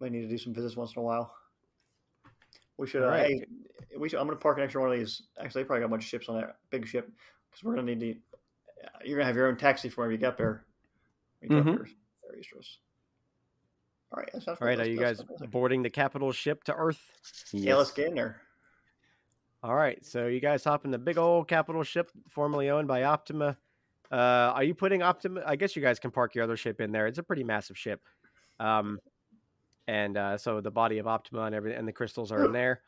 Might need to do some visits once in a while. We should. All Uh, right. hey, we should. I'm gonna park an extra one of these. Actually, they probably got a bunch of ships on that big ship because we're gonna need to. uh, You're gonna have your own taxi for whenever you get there. When you get Mm-hmm. Mhm. up there, there, Eastros. All right. That sounds All right, good. are Let's- you let's- guys boarding the capital ship to Earth? Yeah, let's get in there. All right, so you guys hop in the big old capital ship formerly owned by Optima. Uh, are you putting Optima? I guess you guys can park your other ship in there. It's a pretty massive ship, um, and uh, so the body of Optima and everything and the crystals <gasps> are in there.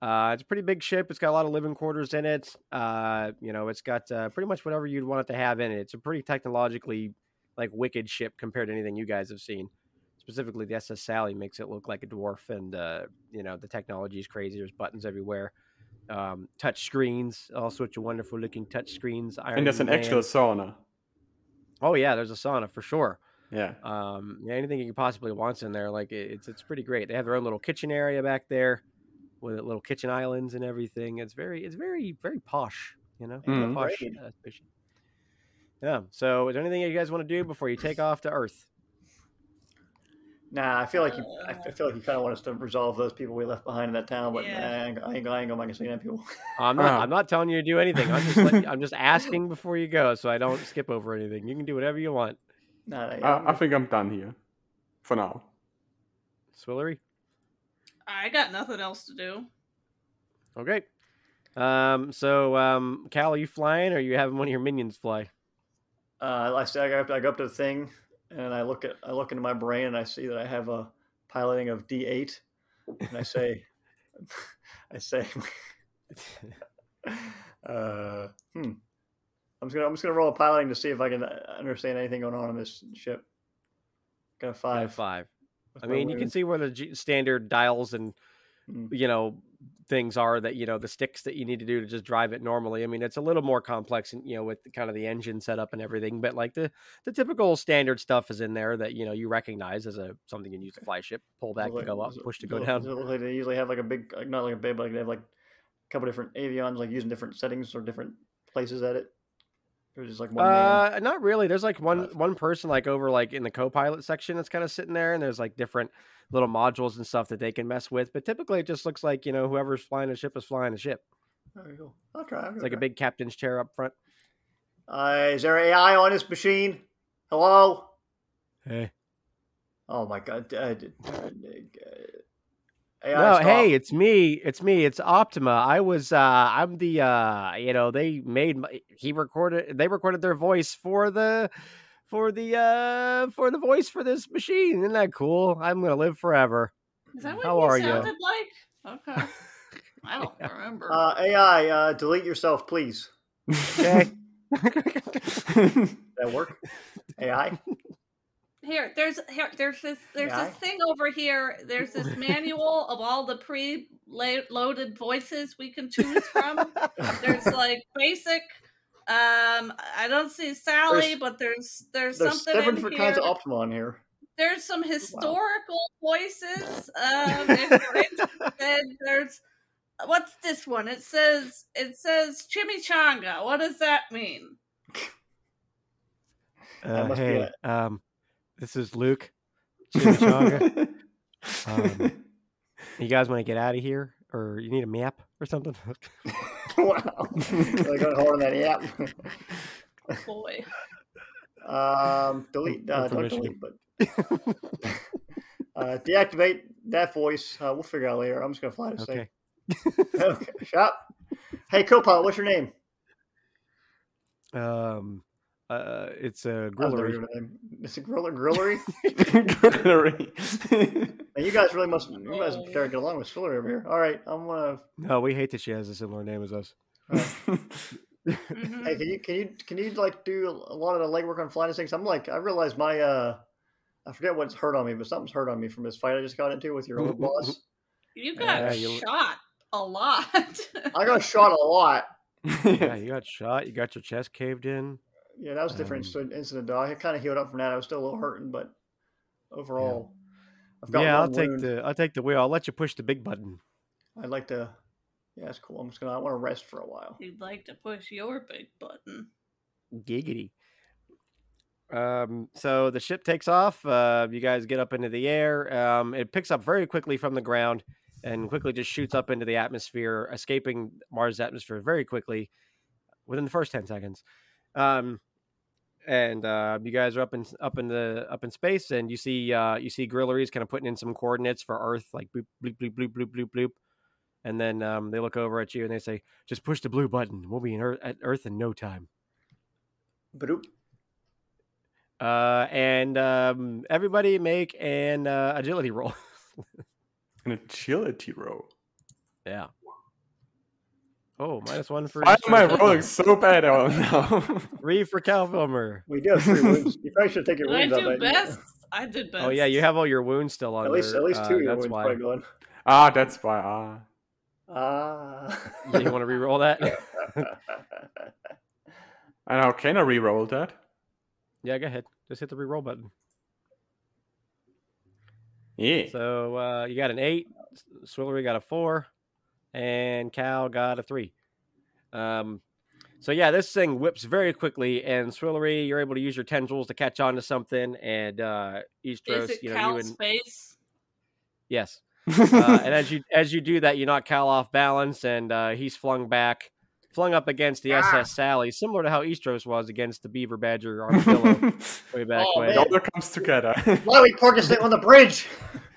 Uh, it's a pretty big ship. It's got a lot of living quarters in it. Uh, you know, it's got uh, pretty much whatever you'd want it to have in it. It's a pretty technologically like wicked ship compared to anything you guys have seen. Specifically, the SS Sally makes it look like a dwarf, and uh, you know the technology is crazy. There's buttons everywhere, um, touch screens, all sorts of wonderful looking touch screens. And there's an Iron actual Man. sauna. Oh yeah, there's a sauna for sure. Yeah. Um, yeah, anything you could possibly want in there, like it- it's it's pretty great. They have their own little kitchen area back there, with little kitchen islands and everything. It's very it's very very posh, you know, Mm. kinda posh Upgraded. uh, station. Yeah. So, is there anything you guys want to do before you take off to Earth? Nah, I feel like you. I f- I feel like you kind of want us to resolve those people we left behind in that town, but Yeah. nah, I ain't go- I ain't going to make a scene on people. <laughs> I'm not. Uh. I'm not telling you to do anything. I'm just. Let, I'm just asking before you go, so I don't skip over anything. You can do whatever you want, Nah, nah, Uh, I, I think I'm done here. For now. Swillery. I got nothing else to do. Okay. Oh, Um. So, um, Cal, are you flying, or are you having one of your minions fly? Uh, I say I go, up, I go up to the thing, and I look at I look into my brain, and I see that I have a piloting of D eight, and I say, <laughs> I say, <laughs> uh, hmm. I'm just gonna I'm just gonna roll a piloting to see if I can uh, understand anything going on in this ship. Got a I five. have five. with I my mean, you can wound. see where the g- standard dials and Mm. you know things are that you know the sticks that you need to do to just drive it normally. I mean, it's a little more complex, and you know, with the- kind of the engine setup and everything. But like the the typical standard stuff is in there that you know you recognize as a something you use to fly ship, pull back to Like- go up, does it- push to does go it- down. does it look like they usually have like a big, like, not like a big, but like they have like a couple different avions, like using different settings or different places at it. Or just like one man. Uh, not really. There's like one Gotcha. one person like over like in the co-pilot section that's kind of sitting there, and there's like different little modules and stuff that they can mess with. But typically, it just looks like you know whoever's flying a ship is flying a ship. Very cool. I'll try. I'll It's like a try. big captain's chair up front. Uh, is there AI on this machine? Hello? Hey, Oh my god. Uh, d- uh, AI, no, stop. hey, it's me. It's me. It's Optima. I was. uh I'm the. uh You know, they made. My, he recorded. They recorded their voice for the. For the uh for the voice for this machine, isn't that cool? I'm gonna live forever. Is Mm. that what How you are ya? sounded like? <laughs> Okay. I don't remember. Uh, AI, uh, delete yourself, please. Okay. Uh, That <laughs> work? AI? Here, there's here, there's this there's Yeah. this thing over here. There's this manual of all the pre-loaded voices we can choose from. <laughs> There's like basic. Um, I don't see Sally, There's- but there's there's, There's something in different here. kinds of Optima on here. <laughs> there's Oh, some historical voices. Um, if <laughs> you're interested, there's uh, what's this one? It says it says chimichanga. What does that mean? Uh, must be hey, it. um, this is Luke. <laughs> Chimichanga. Um, you guys want to get out of here, or you need a map or something? <laughs> wow. Really got hard on that app. Boy. <laughs> Um, delete. Uh, With don't permission. delete, but uh, deactivate that voice. Uh, we'll figure out later. I'm just gonna fly this okay. thing. <laughs> Okay. Shop. Hey, Copilot, what's your name? Um, uh, it's a I don't know grillery. your name. It's a <laughs> griller, grillery. Grillery. and you guys really must you guys Oh. better get along with Spiller over here. All right, I'm gonna. No, we hate that she has a similar name as us. <laughs> Mhm. Hey, can you can you can you like do a lot of the legwork on flying things? I'm like, I realize my uh, I forget what's hurt on me, but something's hurt on me from this fight I just got into with your old boss. You got Yeah, uh, you- shot a lot. <laughs> <laughs> I got shot a lot. <laughs> Yeah, you got shot. You got your chest caved in. Yeah, that was a different Um, inci- incident though. I kind of healed up from that. I was still a little hurting, but overall, I've got Yeah, I'll one take wound. the I'll take the wheel. I'll let you push the big button. I'd like to. Yeah, that's cool. I'm just gonna. I want to rest for a while. You'd like to push your big button. Giggity. Um, so the ship takes off. Uh, you guys get up into the air. Um, it picks up very quickly from the ground and quickly just shoots up into the atmosphere, escaping Mars' atmosphere very quickly within the first 10 seconds. Um, and uh, you guys are up in up in the up in space, and you see uh, you see grilleries kind of putting in some coordinates for Earth, like bloop bloop bloop bloop bloop bloop bloop, and then um, they look over at you and they say, "Just push the blue button. We'll be in Earth, at Earth in no time." Badoop. Uh, and um, everybody make an uh, agility roll. <laughs> An agility roll. Yeah. Oh, minus one for. Why each am I person. rolling so bad out <laughs> now? Three for Cal Filmer. We do <laughs> have three wounds. You probably should take your I wounds out. do but- best. I did best. Oh yeah, you have all your wounds still on. Uh, At least, at least two of your that's wounds why. probably going. ah, that's why. Ah. Ah. Yeah, <laughs> you want to re-roll that? And how can I re-roll that? yeah, go ahead. Just hit the re-roll button. Yeah. So uh, you got an eight. Swillery got a four, and Cal got a three. Um, so yeah, this thing whips very quickly, and Swillery, you're able to use your tendrils to catch on to something, and uh, Eastros, Is it you know, you Cal's and face? yes, <laughs> uh, and as you as you do that, you knock Cal off balance, and uh, he's flung back, flung up against Ah. the SS Sally, similar to how Eastros was against the Beaver Badger <laughs> Armadillo way back Oh, when. <laughs> it man. all comes together. Why we park this thing on <laughs> the bridge?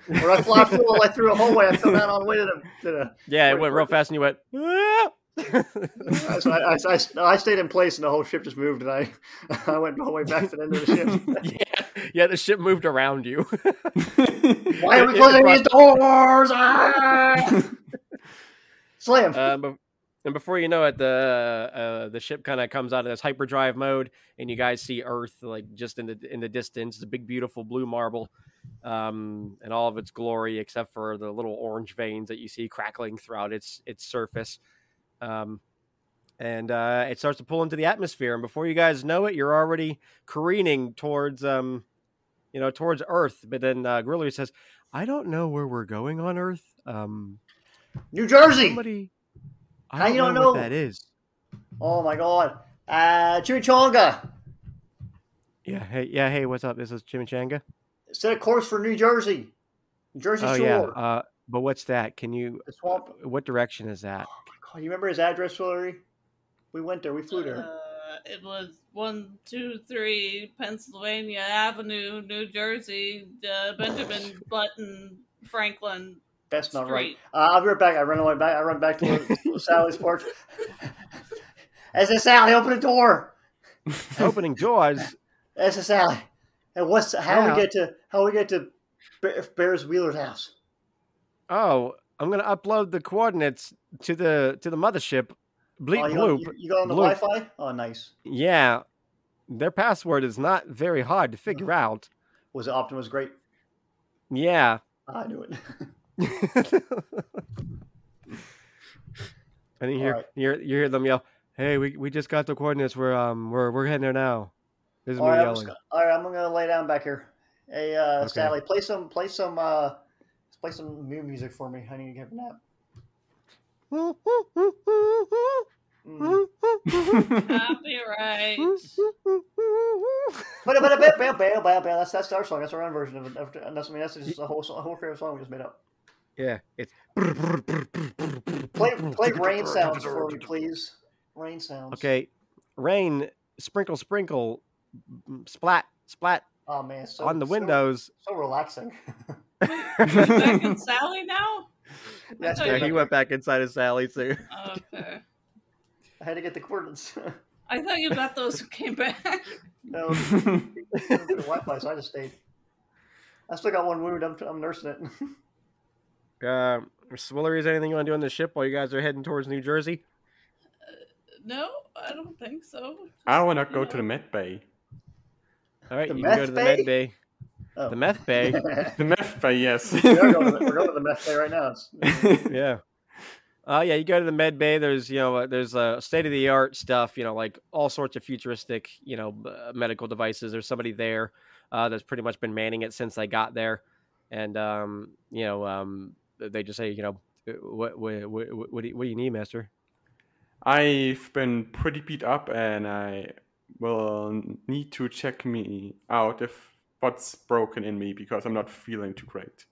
Where I fly full, I threw a hallway. I fell down on the way to the. To the Yeah, it went real fast, and you went. "Ah!" so I, I, I, I stayed in place, and the whole ship just moved, and I, <laughs> I went all the way back to the end of the ship. <laughs> yeah, <laughs> yeah, the ship moved around you. <laughs> Why are we It- it closing brought- these doors? Ah! Slam. Um, bef- and before you know it, the uh, the ship kind of comes out of this hyperdrive mode, and you guys see Earth like just in the in the distance, the big beautiful blue marble, um, and all of its glory, except for the little orange veins that you see crackling throughout its its surface. Um, and uh, it starts to pull into the atmosphere, and before you guys know it, you're already careening towards um, you know, towards Earth. But then uh, Grillery says, "I don't know where we're going on Earth. Um, New Jersey. Somebody, I How don't, you know, don't what know? that is. Oh my god. Uh, Chimichanga. Yeah, hey, yeah, hey, what's up? This is Chimichanga. Set a course for New Jersey. Jersey Oh Shore. yeah, uh, but what's that? Can you? the swamp. What direction is that? God, you remember his address, Hillary? We went there. We flew there. Uh, it was one, two, three Pennsylvania Avenue, New Jersey, uh, <laughs> Benjamin Button, Franklin. That's not right. Street. Uh, I'll be right back. I run away back. I run back to the- <laughs> Sally's porch. As a Sally, open the door. Opening doors. As a Sally. And what's how Yeah. we get to how we get to Be- Bears Wheeler's house? Oh, I'm gonna upload the coordinates to the to the mothership. Bleep oh, you, bloop. You, you got on the bloop. Wi-Fi? Oh, nice. Yeah, their password is not very hard to <laughs> figure out. Was it Optimus great? Yeah. <laughs> I knew it. And you hear Alright. you hear you hear them yell, "Hey, we, we just got the coordinates. We're um we're we're heading there now." This is All me right, I'm just yelling. go- all right, I'm gonna lay down back here. Hey, uh, Okay. Sally, play some play some uh, play some new music for me. I need to get a nap. Mm. <laughs> Copyright. But but but but but but that's that's our song. That's our own version of it. After- and That's I mean that's just a whole song, a whole creative song we just made up. Yeah, it's Play Mm-hmm. play rain sounds for me, please. Rain sounds. okay. Rain, sprinkle, sprinkle, m- splat, splat Oh man, it's so, on the so- windows. <laughs> So, relaxing. <laughs> We're back in Sally now? That's thought Yeah, you he good. went back inside of Sally too. Okay. I had to get the coordinates. <laughs> I thought you got those who came back. <laughs> <laughs> no, the Wi-Fi, so I just stayed. I still got one wound. I'm, I'm nursing it. <laughs> Uh, Swillery, is there anything you want to do on the ship while you guys are heading towards New Jersey? No, I don't think <laughs> so. I want to go to the med bay. All right, The you can go meth to the med bay? bay. Oh. <laughs> The meth bay. The med bay, yes. we are going to the, we're going to the mess day right now. <laughs> It's, yeah. Uh, yeah, you go to the med bay. There's, you know, uh, there's uh, state of the art stuff. You know, like all sorts of futuristic, you know, b- uh, medical devices. There's somebody there uh, that's pretty much been manning it since they got there, and um, you know, um, they just say, you know, "Uh, what, what, what, what, do you, what do you need, Master? I've been pretty beat up and I will need to check me out if what's broken in me because I'm not feeling too great.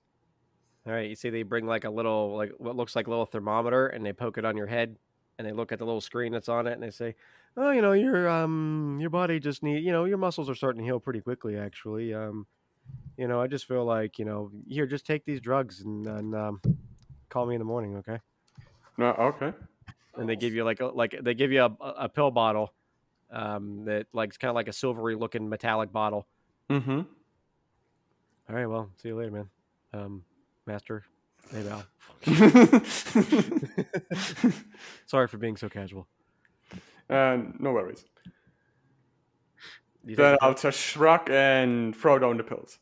All right, you see, they bring like a little, like what looks like a little thermometer, and they poke it on your head, and they look at the little screen that's on it, and they say, "Oh, you know, your um, your body just need, you know, your muscles are starting to heal pretty quickly, actually. Um, you know, I just feel like, you know, here, just take these drugs and, and um, call me in the morning, okay?" No, okay. and they give you like a, like they give you a, a pill bottle, um, that like it's kind of like a silvery looking metallic bottle. Mm-hmm. <laughs> All right, well, see you later, man. Um, master, hey Val, sorry for being so casual. uh, no worries. You take Then the pill? I'll just shrug and throw down the pills.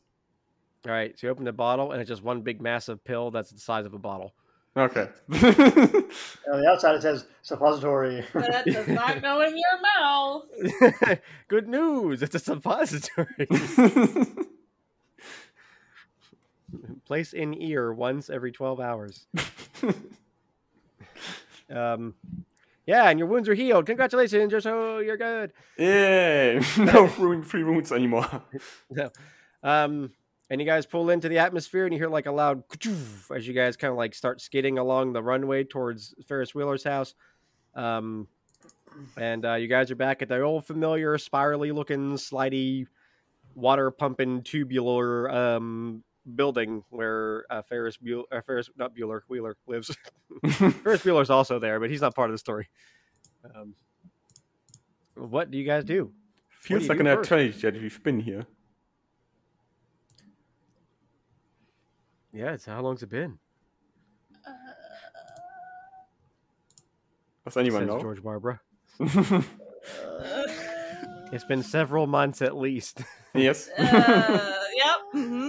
All right, so you open the bottle, and it's just one big massive pill that's the size of a bottle. <laughs> Okay. <laughs> on the outside it says suppository. <laughs> That does not go in your mouth. Good news! It's a <laughs> suppository. Place in ear once every 12 hours. um, yeah, and your wounds are healed. Congratulations, you're so you're good. yeah. <laughs> No room, free <laughs> wounds anymore. Um, and you guys pull into the atmosphere, and you hear like a loud as you guys kind of like start skidding along the runway towards Ferris Wheeler's house. Um, and uh, you guys are back at the old familiar spirally looking, slidey, water pumping tubular um, building where uh, Ferris Bueller, uh, Ferris not Bueller Wheeler lives. <laughs> Ferris Bueller's also there, but he's not part of the story. Um, what do you guys do? Feels you like do an first? eternity that we've been here. Yeah, it's how long's it been? Does anyone Says know? George Barbara. Uh, It's been several months at least. <laughs> <laughs> yes. <laughs> uh, yep. Mm-hmm.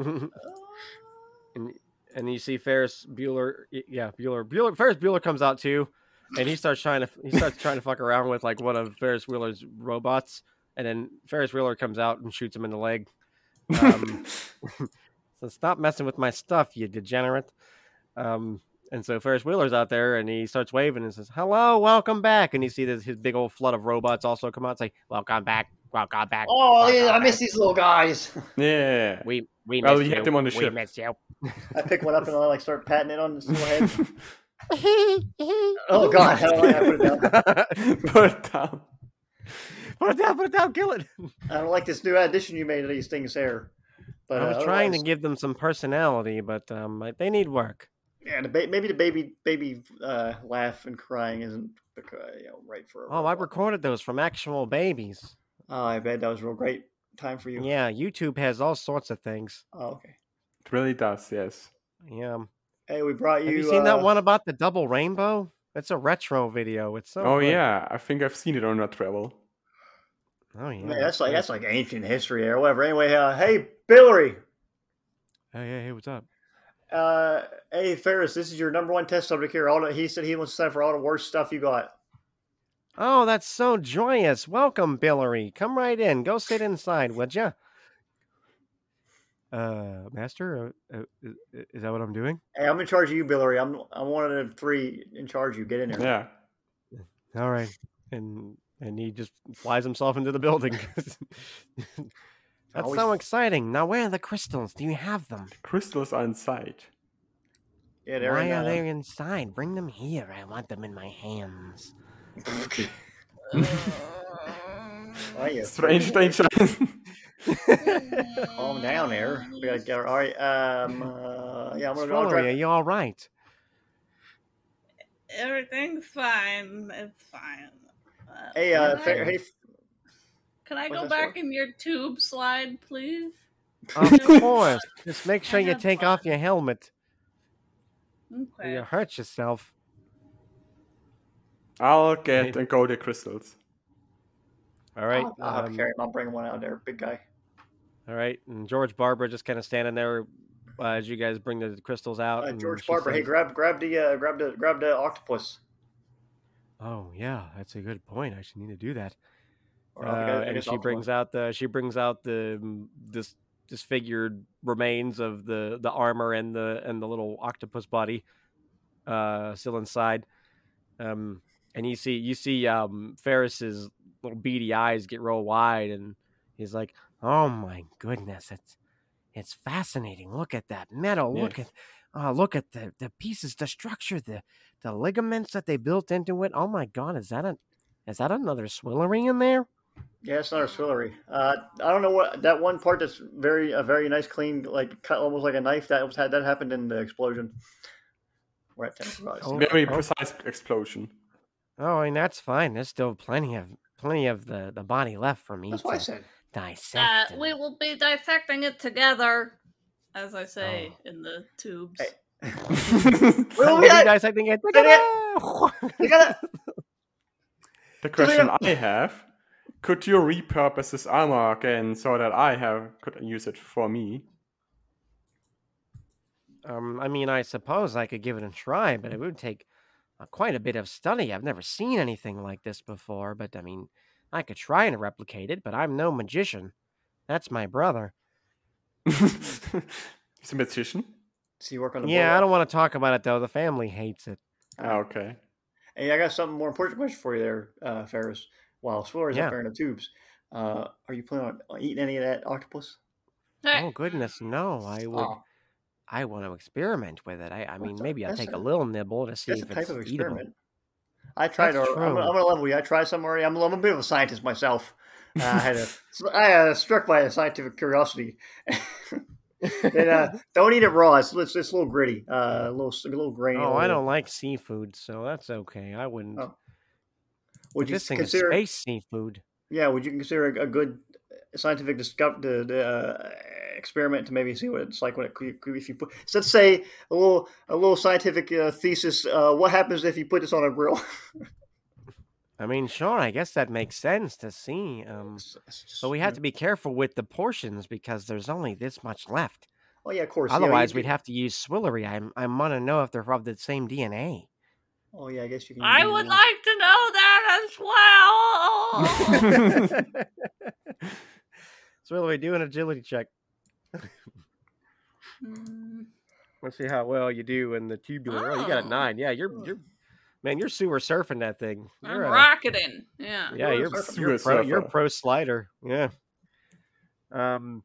Mm-hmm. and and you see Ferris Bueller, y- yeah, Bueller, Bueller, Ferris Bueller comes out too, and he starts trying to he starts trying to fuck around with like one of Ferris Bueller's robots, and then Ferris Bueller comes out and shoots him in the leg. <laughs> <laughs> Um, so stop messing with my stuff, you degenerate. Um, and so Ferris Bueller's out there, and he starts waving and says, "Hello, welcome back." And you see this his big old flood of robots also come out, and say, "Welcome back, welcome back." oh yeah, I welcome miss these <laughs> little guys. yeah. We we Well, missed Oh, you had you. them on the we ship. missed you. I pick one up and I like start patting it on his little <laughs> head. <laughs> Oh god, how do I put it down? <laughs> But um, Put it down, put it down, kill it. I don't like this new addition you made to these things here. But I uh, was trying to otherwise- give them some personality, but um, like, they need work. Yeah, the ba- maybe the baby baby uh, laugh and crying isn't the c- uh, you know, right for. a Oh, I robot. recorded those from actual babies. Oh, I bet that was a real great time for you. Yeah, YouTube has all sorts of things. Oh, okay. it really does, yes. Yeah. Hey, we brought you. Have you seen that uh, one about the double rainbow? It's a retro video. It's so. Oh, good. yeah. I think I've seen it on a travel. Oh yeah. Man, that's like that's like ancient history or whatever. Anyway, uh, hey, Billery. Hey, hey, hey, what's up? Uh, hey, Ferris. This is your number one test subject here. All the, he said he wants to sign for all the worst stuff you got. Oh, that's so joyous. Welcome, Billery. Come right in. Go sit inside, would ya? Uh, master, uh, uh, i- i- is that what I'm doing? Hey, I'm in charge of you, Billery. I'm I'm one of the three in charge. of You get in there. Yeah. All right. And and he just flies himself into the <laughs> building. <laughs> That's Always- so exciting. Now, where are the crystals? Do you have them? Crystals are inside. Yeah, they're Why in, are uh, they inside? Bring them here. I want them in my hands. mm-hmm. <laughs> Uh, why <laughs> you? Strange danger. Calm down there. We gotta get all right. Um, uh, yeah, I'm gonna go I'll Swallow, are drive. you all right? <laughs> Everything's fine. It's fine. Uh, Hey, uh, can fair, I- hey, can I what go does back work? in your tube slide, please? Of <laughs> course. Just make sure you Have take off your helmet. or Okay. You hurt yourself. <laughs> I'll get Maybe. and go the crystals. All right. I'll, I'll have to um, carry him. I'll bring one out there, big guy. all right. And George Barbara just kind of standing there uh, as you guys bring the crystals out. Uh, and George she Barber, hey, says, grab, grab the, uh, grab the, grab the octopus. Oh yeah, that's a good point. I should need to do that. Or I think I- Uh, I and guess she octopus. brings out the she brings out the mm, dis, disfigured remains of the the armor and the and the little octopus body uh, still inside. Um, and you see you see um, Ferris's little beady eyes get real wide, and he's like, "Oh my goodness, it's it's fascinating. Look at that metal. Look at." Oh, look at the, the pieces, the structure, the, the ligaments that they built into it. Oh my God, is that a is that another swillery in there? Yeah, it's not a swillery. Uh, I don't know what that one part that's very a very nice, clean, like cut almost like a knife. That was had that happened in the explosion. We're at ten surprise. Oh. Very precise <laughs> explosion. Oh, and that's fine. There's still plenty of plenty of the, the body left for me That's to why I said. Uh, dissect. and- <laughs> we will be dissecting it together. As I say Oh. in the tubes. Hey. I <laughs> will Well, we be had- dissecting it. Did <laughs> together. You <laughs> gotta, The question have- I have: Could you repurpose this armor again so that I have could use it for me? <laughs> um, I mean, I suppose I could give it a try, but it would take uh, quite a bit of study. I've never seen anything like this before. But I mean, I could try and replicate it, but I'm no magician. That's my brother. He's a magician. see, work on the Yeah, I boardwalk. don't want to talk about it though. The family hates it. Ah, okay. Hey, I got something more important question for you there, uh, Ferris. While Swiller's Yeah. up there in the tubes, uh, are you planning on eating any of that octopus? Oh goodness, no! I would. Oh, I want to experiment with it. I, I mean, the- maybe I'll that's take a- a little nibble to see that's a if type it's of eatable. experiment. I tried. That's Or, I'm, gonna- true. I'm gonna level you. I tried some already. I'm, a- I'm a bit of a scientist myself. Uh, I <laughs> had a, I uh, struck by a scientific curiosity. <laughs> and, uh, <laughs> don't eat it raw. It's, it's, it's a little gritty, uh, a little s- a little grainy. a Oh, I little- don't like seafood, so that's okay. I wouldn't. Oh, But Would you this thing consider? is space seafood. Yeah, would you consider a, a good scientific discover the, the uh, experiment to maybe see what it's like when it could, could- if you put so let's say a little a little scientific uh, thesis. Uh, what happens if you put this on a grill? I mean, sure, I guess that makes sense to see. Um, but we have to be careful with the portions because there's only this much left. <laughs> Oh yeah, of course. yeah, you Otherwise, could- we'd have to use swillery. I'm, I want to know if they're of the same DNA. Oh yeah, I guess you can. I would Mm. do- like to know that as well. <laughs> <laughs> <laughs> <laughs> Swillery, do an agility check. Mm, Let's see how well you do in the tubular. Oh, you got a Oh. nine. Yeah, you're Oh. you're, man, you're sewer surfing that thing. I'm You're a- rocketing. Yeah. Yeah, You're a you're, surfer. you're, Sewer pro, you're surfer. pro slider. Yeah. Um.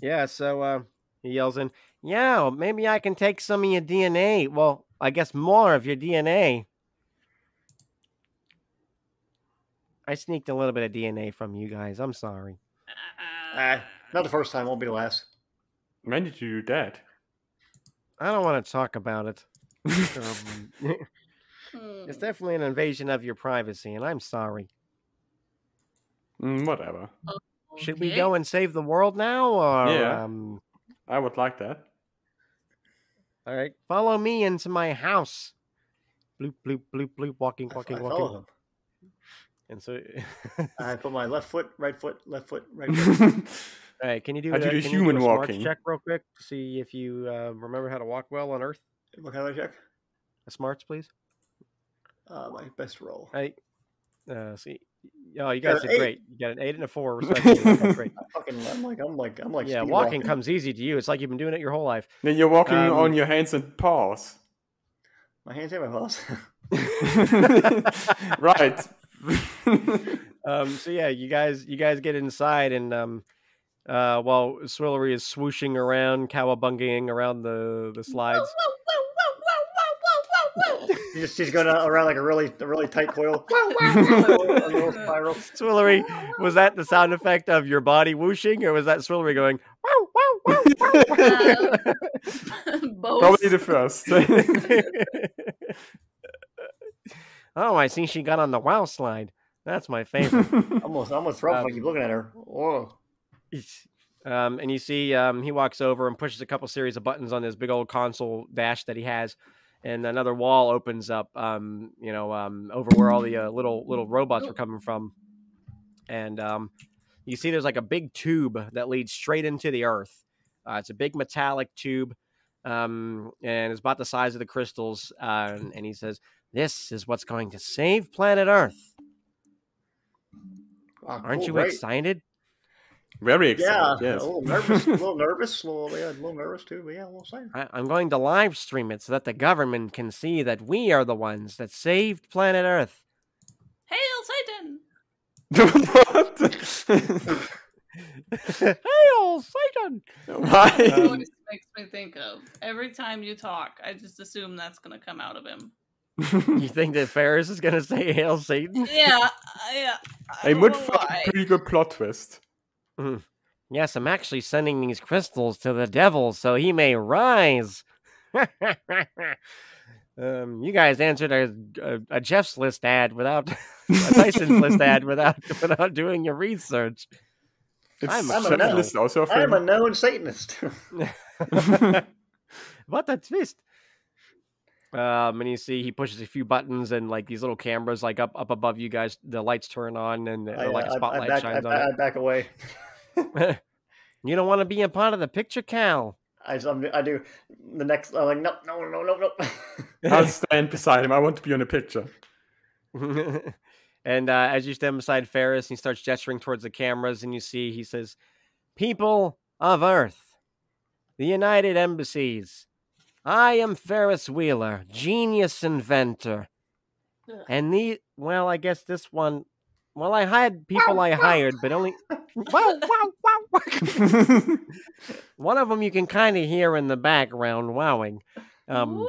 Yeah. So uh, he yells in, "Yeah, well, maybe I can take some of your DNA. Well, I guess more of your DNA." I sneaked a little bit of DNA from you guys. I'm sorry. Ah, not the first time. Won't be the last. when did you do that? I don't want to talk about it. Um, <laughs> Hmm. it's Mm. definitely an invasion of your privacy, and I'm sorry. Mm, Whatever. Should we Okay. go and save the world now, or Yeah. um, I would like that. All right, follow me into my house. Bloop bloop bloop bloop. Walking, I f- walking, I walking. follow him. And so, <laughs> all I put my left foot, right foot, left foot, right <laughs> foot. right, can you do? I do uh, the can you human a smarts walking. check real quick to see if you uh, remember how to walk well on Earth. what kind of check? A smarts, please. Uh, my best roll. All right. Uh, see. Oh, you Got guys an did eight. great. You got an eight and a four. respectively. That's great. <laughs> I fucking, I'm like, I'm like, I'm like. yeah, speed walking comes easy to you. It's like you've been doing it your whole life. Then you're walking Um, on your hands and paws. My hands and my paws. right. um, so yeah, you guys, you guys get inside, and um, uh, while Swillery is swooshing around, cowabungaing around the the <laughs> slides. She's, <laughs> just- she's going around like a really, a really tight <laughs> coil. <laughs> a little spiral. Swillery, was that the sound effect of your body whooshing, or was that Swillery going? Wow, wow, wow, wow? Both. Probably the first. <laughs> oh, I see. She got on the wow slide. That's my favorite. Almost, I'm gonna throw up if I Um, keep looking at her. Oh, Whoa. Um, and you see, um, he walks over and pushes a couple series of buttons on this big old console dash that he has, and another wall opens up. Um, you know, um, over where all the uh, little little robots were coming from, and um, you see there's like a big tube that leads straight into the earth. Uh, it's a big metallic tube, um, and it's about the size of the crystals. Uh, and, and he says, "This is what's going to save planet Earth." Ah, Aren't cool, you great. excited? Very Yeah, Oh. excited. <laughs> a little nervous, a little nervous, a little, yeah, a little nervous too, but yeah, a little excited. I, I'm going to live stream it so that the government can see that we are the ones that saved planet Earth. <laughs> Hail Satan! yes. what? <laughs> Hail Satan! Why? That's what Um, it Makes me think of every time you talk, I just assume that's gonna come out of him. You think that Ferris is going to say Hail Satan? uh, Yeah, yeah. I I don't <laughs> would know find why. a pretty good plot twist. Yes, I'm actually sending these crystals to the devil so he may rise. <laughs> um, you guys answered a, a, a Jeff's list ad without <laughs> a Tyson's list <laughs> ad without without doing your research. It's I'm a Chef criminal. List also a I'm a thing. known Satanist. <laughs> what a twist! Um, and you see he pushes a few buttons and like these little cameras like up up above you guys, the lights turn on and uh, I, like a I- I, spotlight back, I, shines I, back away. on it. you don't want to be a part of the picture, Cal. I, just- I'm- I do the next. I'm like, no, no, no, no, no. I'll stand beside him. I want to be on a picture. <laughs> <laughs> and uh, as you stand beside Ferris, he starts gesturing towards the cameras, and you see he says, "People of Earth, the United Embassies. I am Ferris Wheeler, genius inventor, Ugh. and the well, I guess this one. Well, I hired people I hired, but only wow, wow, wow, wow. One of them you can kind of hear in the background wowing. Um,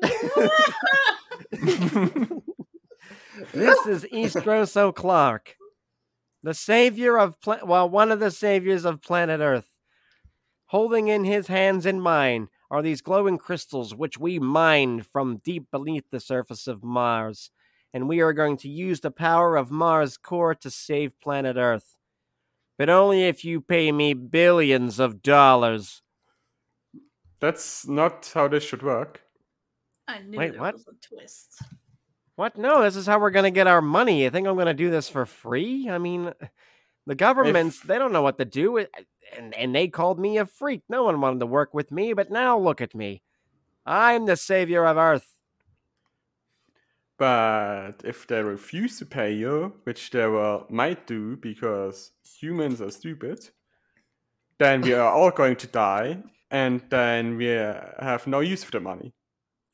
<laughs> This is East Rosso Clark, the savior of pla- well, one of the saviors of planet Earth. Holding in his hands and mine are these glowing crystals which we mined from deep beneath the surface of Mars, and we are going to use the power of Mars' core to save planet Earth. But only if you pay me billions of dollars. That's not how this should work. I knew Wait, there what? was a twist. What? No, this is how we're going to get our money. I think I'm going to do this for free. I mean, the governments, they don't know what to do. it- And, and they called me a freak. No one wanted to work with me, but now look at me. I'm the savior of Earth. But if they refuse to pay you, which they will, might do because humans are stupid, then we are all going to die, and then we uh, have no use for the money.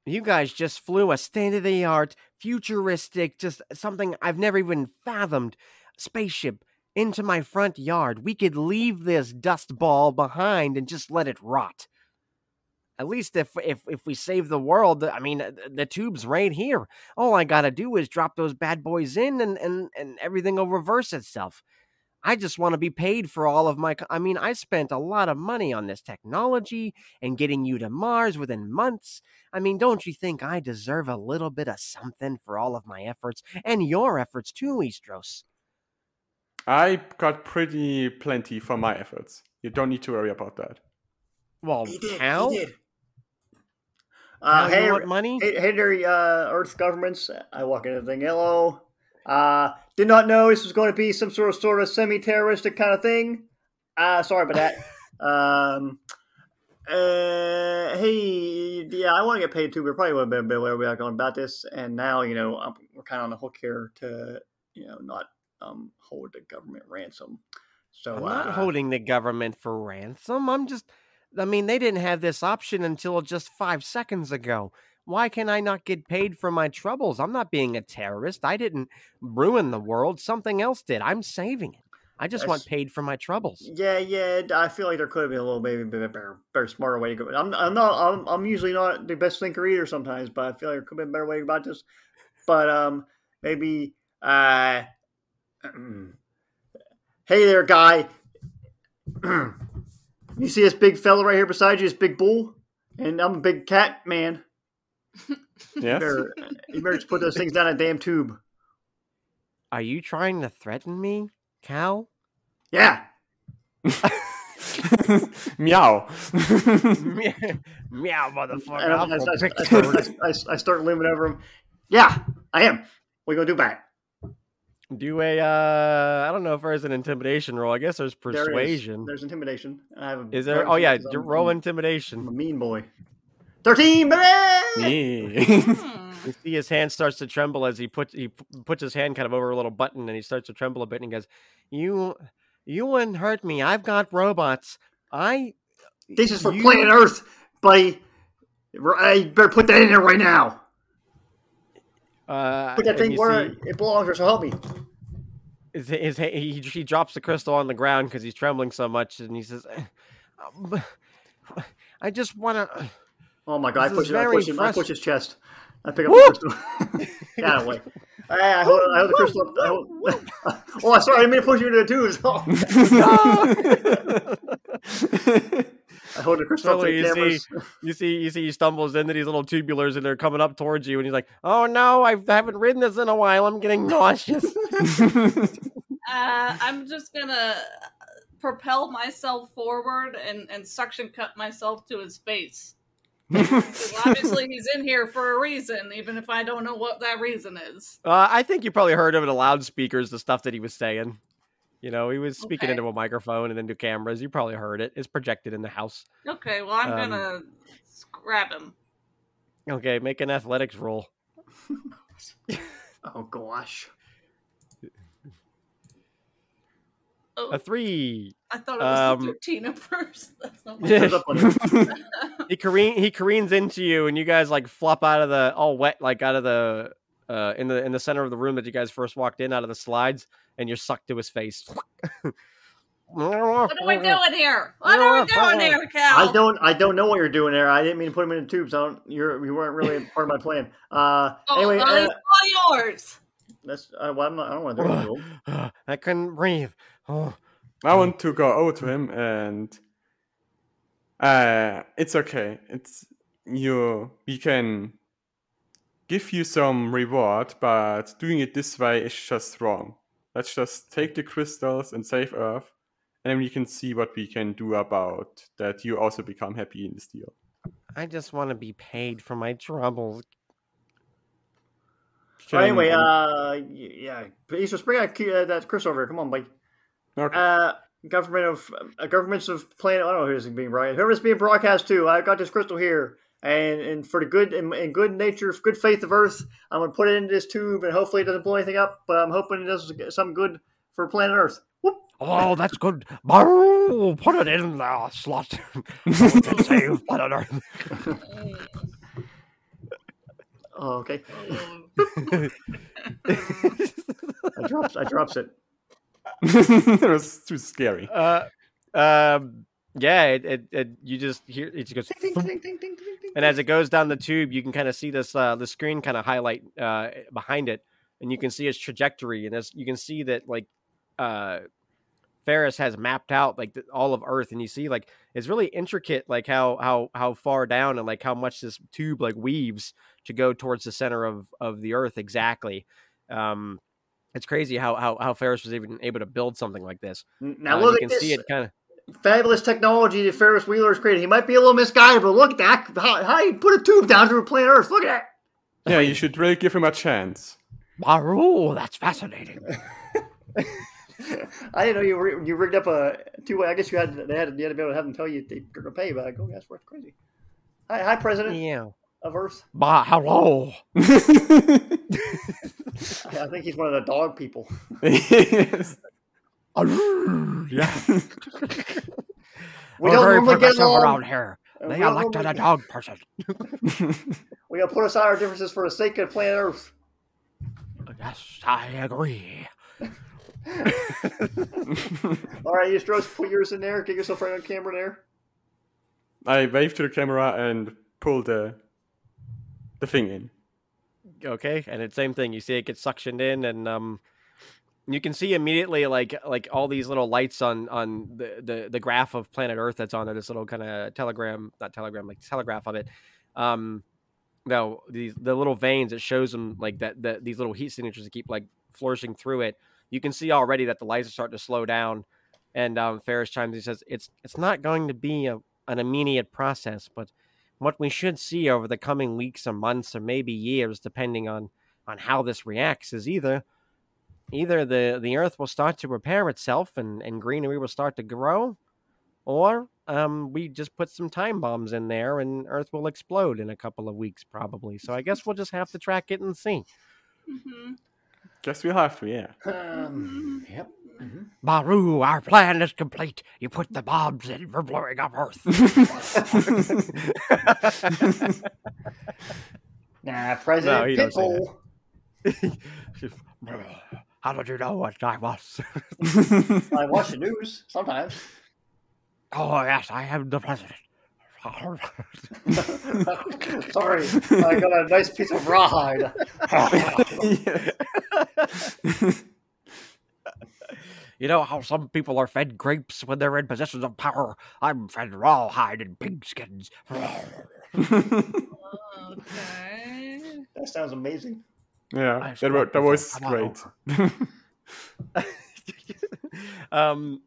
You guys just flew a state of the art, futuristic, just something I've never even fathomed spaceship into my front yard. We could leave this dust ball behind and just let it rot. At least if if if we save the world, I mean uh, the, the tube's right here. All I got to do is drop those bad boys in and and and everything will reverse itself. I just want to be paid for all of my co- I mean I spent a lot of money on this technology and getting you to Mars within months. I mean, don't you think I deserve a little bit of something for all of my efforts and your efforts too, Eastros? I got pretty plenty for my efforts. You don't need to worry about that. Well, He did, he how? did. How Uh, you hey, want money? Hey, hey there, uh, Earth governments. I walk into the thing. Hello. Uh, did not know this was going to be some sort of sort of semi-terroristic kind of thing. Uh, sorry about <laughs> that. um, uh, hey, yeah, I want to get paid too. We probably would have been a bit where we are going about this, and now you know i we're kind of on the hook here to you know not um, hold the government ransom. So I'm not uh, holding the government for ransom. I'm just I mean, they didn't have this option until just five seconds ago. Why can I not get paid for my troubles? I'm not being a terrorist. I didn't ruin the world. Something else did. I'm saving it. I just want That's- paid for my troubles. Yeah, yeah. I feel like there could have been a little maybe bit better, better, smarter way to go. I'm, I'm not. I'm, I'm usually not the best thinker either sometimes, but I feel like there could have been a better way about this. But um, maybe uh, <clears throat> hey there, guy. <clears throat> you see this big fella right here beside you, this big bull, and I'm a big cat man. You Yes. better, you better just put those things down a damn tube. Are you trying to threaten me, cow? Yeah. <laughs> Meow. Meow, motherfucker. And I, I'm I, gonna I, I pick start, your- I, I- I start limbing over him. Yeah, I am. We're gonna do bad. <laughs> Do a, uh, I don't know if there's an intimidation roll. I guess there's persuasion. There's intimidation. I have a is there? Oh, yeah. I'm- d- Roll I'm a intimidation. mean boy. Thirteen, baby. Yeah. Hmm. You see his hand starts to tremble as he puts he p- puts his hand kind of over a little button and he starts to tremble a bit and he goes, "You, you wouldn't hurt me. I've got robots. I." This is for you- planet Earth, buddy. R- I you better put that in there right now. Uh, Put that and thing you where see it belongs, or so help me. his, his ha- he, he drops the crystal on the ground because he's trembling so much and he says, "Eh, um, "I just want to." Oh my god! This I is push, him, I, very push him, I frust- push his chest. I pick up Woo! the crystal. <laughs> Got away. I, I hold, I hold the crystal up. I hold, <laughs> oh, sorry, I didn't mean to push you into the <laughs> <laughs> tubes. I hold the crystal up Totally, to the you see, cameras. <laughs> You see, you see, he stumbles into these little tubulars, and they're coming up towards you, and he's like, "Oh no, I haven't ridden this in a while. I'm getting <laughs> <laughs> nauseous." Uh, Uh, I'm just gonna uh, propel myself forward and, and suction cut myself to his face. 'Cause obviously, he's in here for a reason, even if I don't know what that reason is. uh, I think you probably heard him in the loudspeakers, the stuff that he was saying. You know, he was speaking Okay. into a microphone and then to cameras. You probably heard it. It's projected in the house. Okay, well, I'm Um, gonna grab him. Okay, make an athletics roll. Oh gosh. Oh, <laughs> A three. I thought it was um, the 13 at first. <laughs> That's <laughs> not Yeah. what Goes up on him. He careen he careens into you, and you guys like flop out of the all wet, like out of the uh in the in the center of the room that you guys first walked in, out of the slides, and you're sucked to his face. <laughs> What are we doing here? What are we doing here, Cal? Uh, I don't. I don't know what you're doing there. I didn't mean to put him in the tubes. I don't. You're. You weren't really part of my plan. Uh. Oh, Anyway. well, Uh, it's all <laughs> yours. that's. Uh, well, I'm not, I don't want to do it. to him. I couldn't breathe. Oh, I want to go over to him and uh it's okay. It's you we can give you some reward, but doing it this way is just wrong. Let's just take the crystals and save Earth, and then we can see what we can do about that you also become happy in this deal. I just want to be paid for my troubles. So anyway. Can- Uh. y- Yeah. Please just bring that, uh, that Chris over here. Come on, buddy. okay. <laughs> Uh. Government of uh, governments of planet. I don't know who's being right. Whoever's being broadcast to. I've got this crystal here. And, and for the good and, and good nature, good faith of Earth, I'm gonna put it into this tube, and hopefully it doesn't blow anything up. But I'm hoping it does some good for planet Earth. Whoop. Oh, that's good. Barroo, Put it in the slot. <laughs> Don't save planet Earth. Oh, okay. Mm. I drops. I drops it. it was too scary. Uh, um, yeah, it, it, it, you just hear it just goes. thump. and as it goes down the tube, you can kind of see this uh, the screen kind of highlight uh, behind it, and you can see its trajectory, and as you can see that like uh, Ferris has mapped out like the, all of Earth, and you see like it's really intricate, like how how how far down and like how much this tube like weaves to go towards the center of of the Earth exactly. Um, it's crazy how how how Ferris was even able to build something like this. Now Uh, look you at can this see it kind of. fabulous technology that Ferris Wheeler's created. He might be a little misguided, but look at that! How, how he put a tube down through planet Earth. Look at Yeah, you should really give him a chance. <laughs> Baru, that's <laughs> fascinating. that! <laughs> I didn't know you rig- you rigged up a two way. I guess you had they had, you had to be able to have them tell you they were gonna pay, but I go, that's worth crazy. Hi, hi, President yeah. of Earth. Bah, hello. I I think he's one of the dog people. yes. <laughs> Arrgh. Yeah. We We're don't very normally get progressive along. around here. and They we are don't like normally- a dog person. We gotta put aside our differences for the sake of planet Earth. Yes, I agree. All right, Eustros, put yours in there. Get yourself right on camera there. I wave to the camera and pull the the thing in. Okay, and it's same thing. You see it gets suctioned in, and um, you can see immediately like like all these little lights on on the the, the graph of planet Earth that's on there. This little kind of telegram, not telegram, like telegraph of it. Um, no, these the little veins. It shows them like that. that these little heat signatures that keep like flourishing through it. You can see already that the lights are starting to slow down. And um, Ferris chimes. He says, "It's it's not going to be a, an immediate process, but what we should see over the coming weeks or months or maybe years depending on on how this reacts is either either the the earth will start to repair itself and and greenery will start to grow or um we just put some time bombs in there and earth will explode in a couple of weeks probably so i guess we'll just have to track it and see Mhm. Guess we'll have to, yeah. <laughs> Um, yep. baru our plan is complete you put the bombs in we're blowing up earth <laughs> Nah, President he don't say that. Pitbull. how did you know what i was I watch the news sometimes. <laughs> Oh yes, I am the president. <laughs> Sorry, I got a nice piece of rawhide. you know how some people are fed grapes when they're in positions of power. I'm fed rawhide and pigskins. Okay. That sounds amazing. <laughs> yeah, that, wa- that was great. <laughs> um,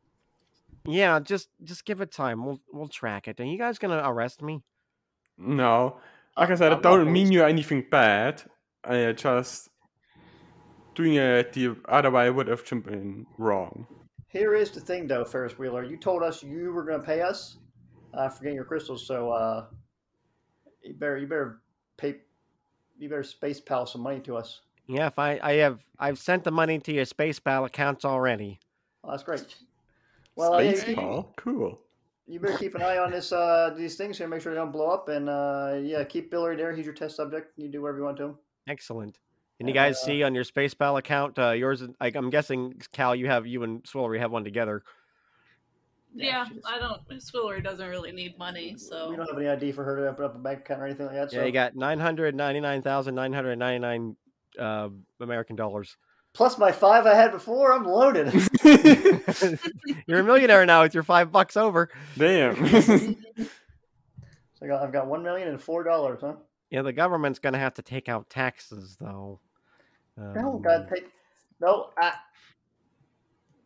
yeah, just just give it time. We'll we'll track it. Are you guys gonna arrest me? No, like I said, I I'm not don't mean you anything bad. I uh, just doing it the other way would have been wrong. Here is the thing, though, Ferris Wheeler. You told us you were going to pay us. I forget your crystals, so uh, you better you better pay you better space pal some money to us. Yeah, if I I have I've sent the money to your space pal accounts already. Oh, that's great. Well, uh, yeah, Space you- ball, <laughs> cool. you better keep an eye on this uh, these things here. Make sure they don't blow up, and uh, yeah, keep Billary there. He's your test subject. You do whatever you want to him. Excellent. And you And, guys uh, see on your space pal account, uh, yours. and- I, I'm guessing Cal, you have you and Swillery have one together. <laughs> Yeah, she's- I don't. Swillery doesn't really need money, so we don't have any ID for her to open up a bank account or anything like that. Yeah, so- you got nine hundred ninety nine thousand nine hundred ninety nine uh, American dollars. <laughs> Plus my five I had before, I'm loaded. You're a millionaire now with your five bucks over. Damn. <laughs> so I got, I've got one million and four dollars, huh? Yeah, the government's gonna have to take out taxes though. No, Um, God, take no. I,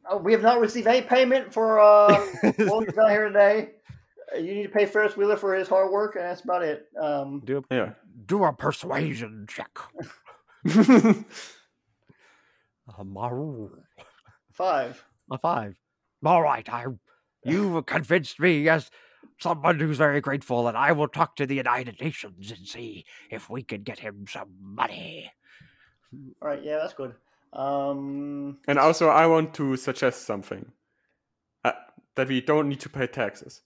oh, we have not received any payment for uh, Logan's not here today. Uh, You need to pay Ferris Wheeler for his hard work, and that's about it. <laughs> Um, <laughs> do a, yeah. do a persuasion check. A Uh, maru. five. a five. All right, I you've convinced me as someone who's very grateful, and I will talk to the United Nations and see if we can get him some money. All right, yeah, that's good. Um, and also, I want to suggest something uh, that we don't need to pay taxes.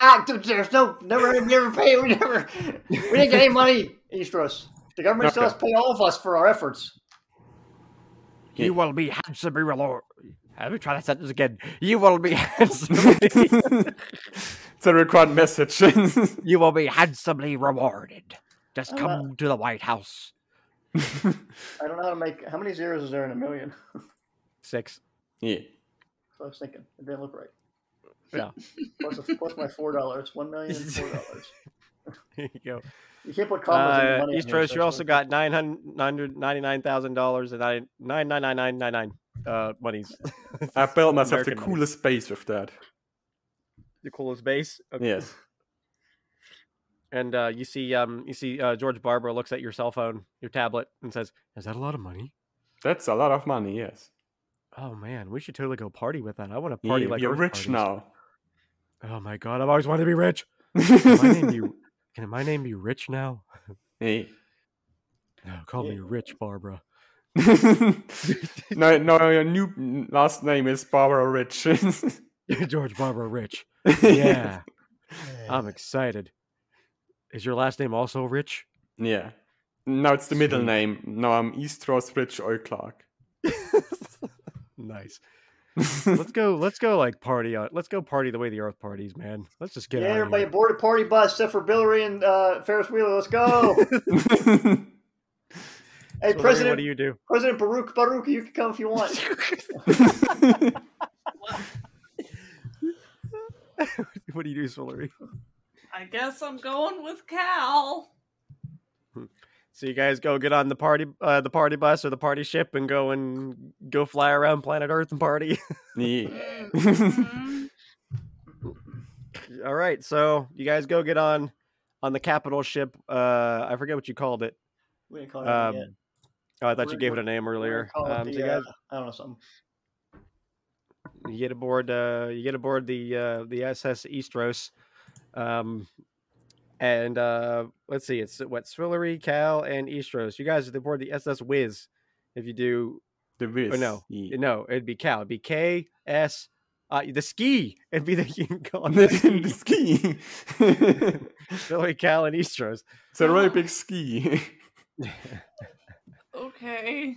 ah, th- there's no never, we never <laughs> pay. We never, we didn't get any money, Eastros. The government still Okay. has to pay all of us for our efforts. Yeah. You will be handsomely rewarded. Let me try that sentence again. You will be <laughs> handsomely. it's a required message. you will be handsomely rewarded. Just I'm come not- to the White House. I don't know how to make. How many zeros is there in a million? Six. <laughs> <laughs> yeah. I was thinking it didn't look right. Yeah. plus, a, plus my four dollars, one million and <laughs> four dollars. Here you go. You can't put commas in the Uh, money. in here, Eastros, so you it's also really- got nine hundred ninety-nine thousand dollars and nine nine nine nine nine nine nine uh, <laughs> monies. I built myself American the money. coolest base with that. the coolest base. Yes. And uh, you see, um, you see, uh, George Barber looks at your cell phone, your tablet, and says, "Is that a lot of money? That's a lot of money, yes. Oh man, we should totally go party with that. I want to party Yeah, like you're Earth parties. rich now. Oh my god, I've always wanted to be rich. Can my <laughs> name <laughs> be, can my name be Rich now? Yeah. No, call me Yeah. Rich Barbara. <laughs> no, no, your new last name is Barbara Rich. George Barbara <laughs> Rich. <laughs> Yeah, I'm excited. Is your last name also Rich? yeah. Now it's the middle Sweet. name. Now I'm Eastros Rich Oil Clark. nice. Let's go. Let's go. Like party on. Let's go party the way the Earth parties, man. Let's just get yeah, out everybody Of aboard a party bus except for Billary and uh, Ferris Wheeler. <laughs> Let's go. <laughs> hey, here. Hillary, President what do you do? <laughs> President Baruch Baruch, you can come if you want. what do you do, Hillary? I guess I'm going with Cal. <laughs> So you guys go get on the party, uh, the party bus or the party ship, and go and go fly around planet Earth and party. <laughs> <laughs> yeah. Mm. Mhm. All right, so you guys go get on on the capital ship. Uh, I forget what you called it. We didn't call it Um, anything yet. oh, I thought you We're- gave it a name We're gonna earlier. call it Um, so the, you guys, uh, I don't know something. you get aboard. Uh, you get aboard the uh, the SS Eastros, um, and uh, let's see, it's what Swillery, Cal, and Eastros. You guys are aboard the SS Wiz. If you do The Wiz. Oh, no. Yeah. No, it'd be Cal. It'd be K S. Uh, the ski. It'd be the <laughs> you can <laughs> go on the the ski. <laughs> <laughs> ski. Billy Cal and Eastros. it's a really big ski. Okay.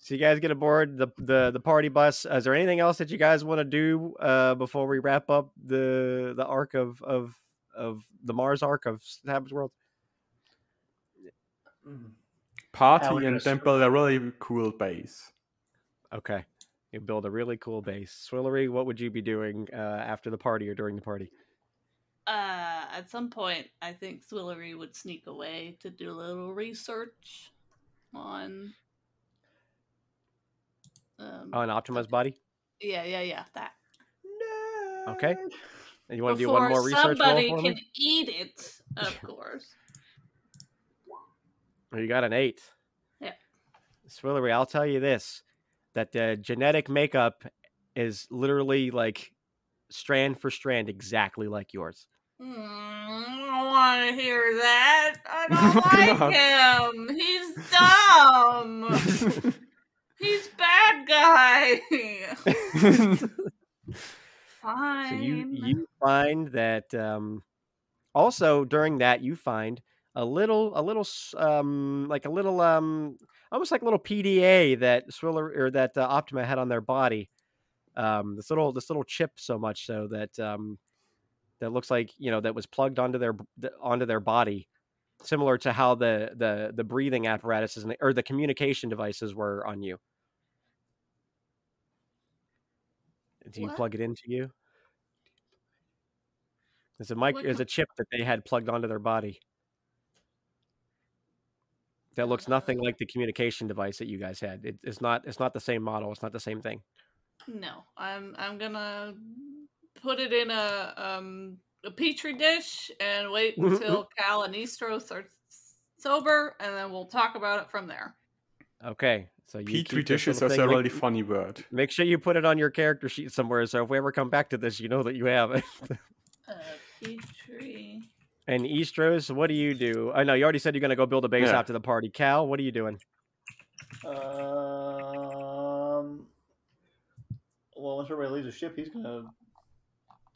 So you guys get aboard the the the party bus. Is there anything else that you guys want to do uh, before we wrap up the the arc of of of the Mars arc of Savage World? Mm. Party and Alligators. then build a really cool base. Okay, you build a really cool base. Swillery, what would you be doing uh, after the party or during the party? Uh, at some point, I think Swillery would sneak away to do a little research on. Um, On Optima's body. yeah, yeah, yeah. That. <laughs> Okay. <laughs> And you want to do Before one more research roll somebody for can me? eat it, <laughs> of course. Oh, you got an eight. Yeah. Swillery, I'll tell you this that the genetic makeup is literally like strand for strand exactly like yours. Mm, I don't want to hear that. <laughs> I don't like him. He's dumb. He's bad guy. Fine. <laughs> So you you find that um also during that you find a little a little s- um like a little um almost like a little PDA that Swiller or that uh, Optima had on their body. Um this little this little chip so much so that um that looks like, you know, that was plugged onto their b- th- onto their body similar to how the the the breathing apparatuses and the, or the communication devices were on you. Do you What? plug it into you? There's a mic. What There's com- a chip that they had plugged onto their body that looks Ah. nothing like the communication device that you guys had. It, it's not. It's not the same model. It's not the same thing. No, I'm I'm gonna put it in a um a petri dish and wait Mhm, until Cal and Eastros are s- sober, and then we'll talk about it from there. Okay, so you Petri keep this dish is little also a thing. really Make, <laughs> funny word. make sure you put it on your character sheet somewhere. So if we ever come back to this, you know that you have it. <laughs> Uh, petri. and Eastros, what do you do? I know you already said you're going to go build a base Yeah. after the party. Cal, what are you doing? <laughs> Um. Well, once everybody leaves the ship, he's gonna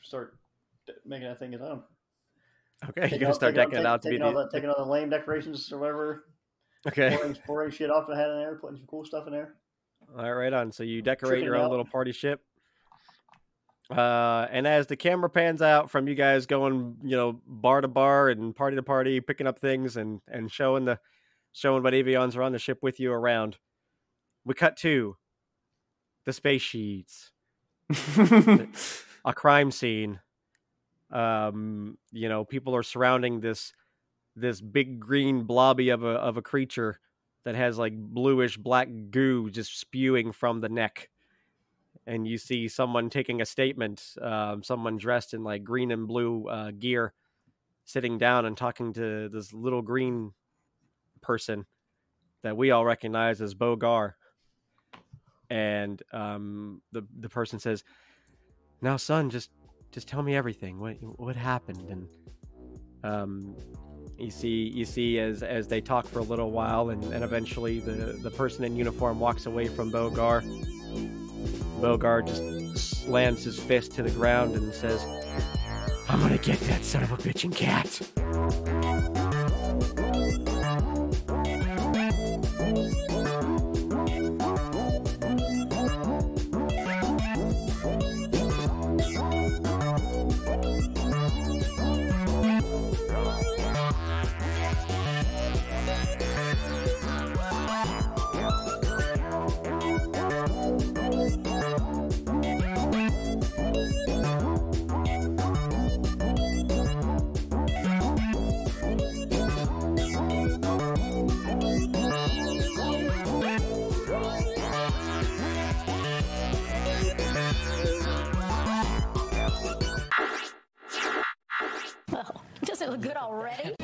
start de- making that thing his own. <laughs> Okay, you're Taking going to all- start taking all- decking it out to be taking all the, the taking all the lame decorations or whatever, <laughs> okay. boring, boring shit off I had in there, putting some cool stuff in there. All right, right on. So you decorate it your own out. little party ship. Uh, and as the camera pans out from you guys going, you know, bar to bar and party to party, picking up things and and showing the showing what avions are on the ship with you around, we cut to the space sheets a crime scene. Um, you know, people are surrounding this this big green blobby of a of a creature that has like bluish black goo just spewing from the neck. And you see someone taking a statement, um, someone dressed in like green and blue uh, gear, sitting down and talking to this little green person that we all recognize as Bogar. And um, the the person says, now son just just tell me everything what what happened and um you see you see as as they talk for a little while and, and eventually the the person in uniform walks away from bogar bogar just slams his fist to the ground and says, I'm gonna get that son of a bitch and cat. Does it look good already?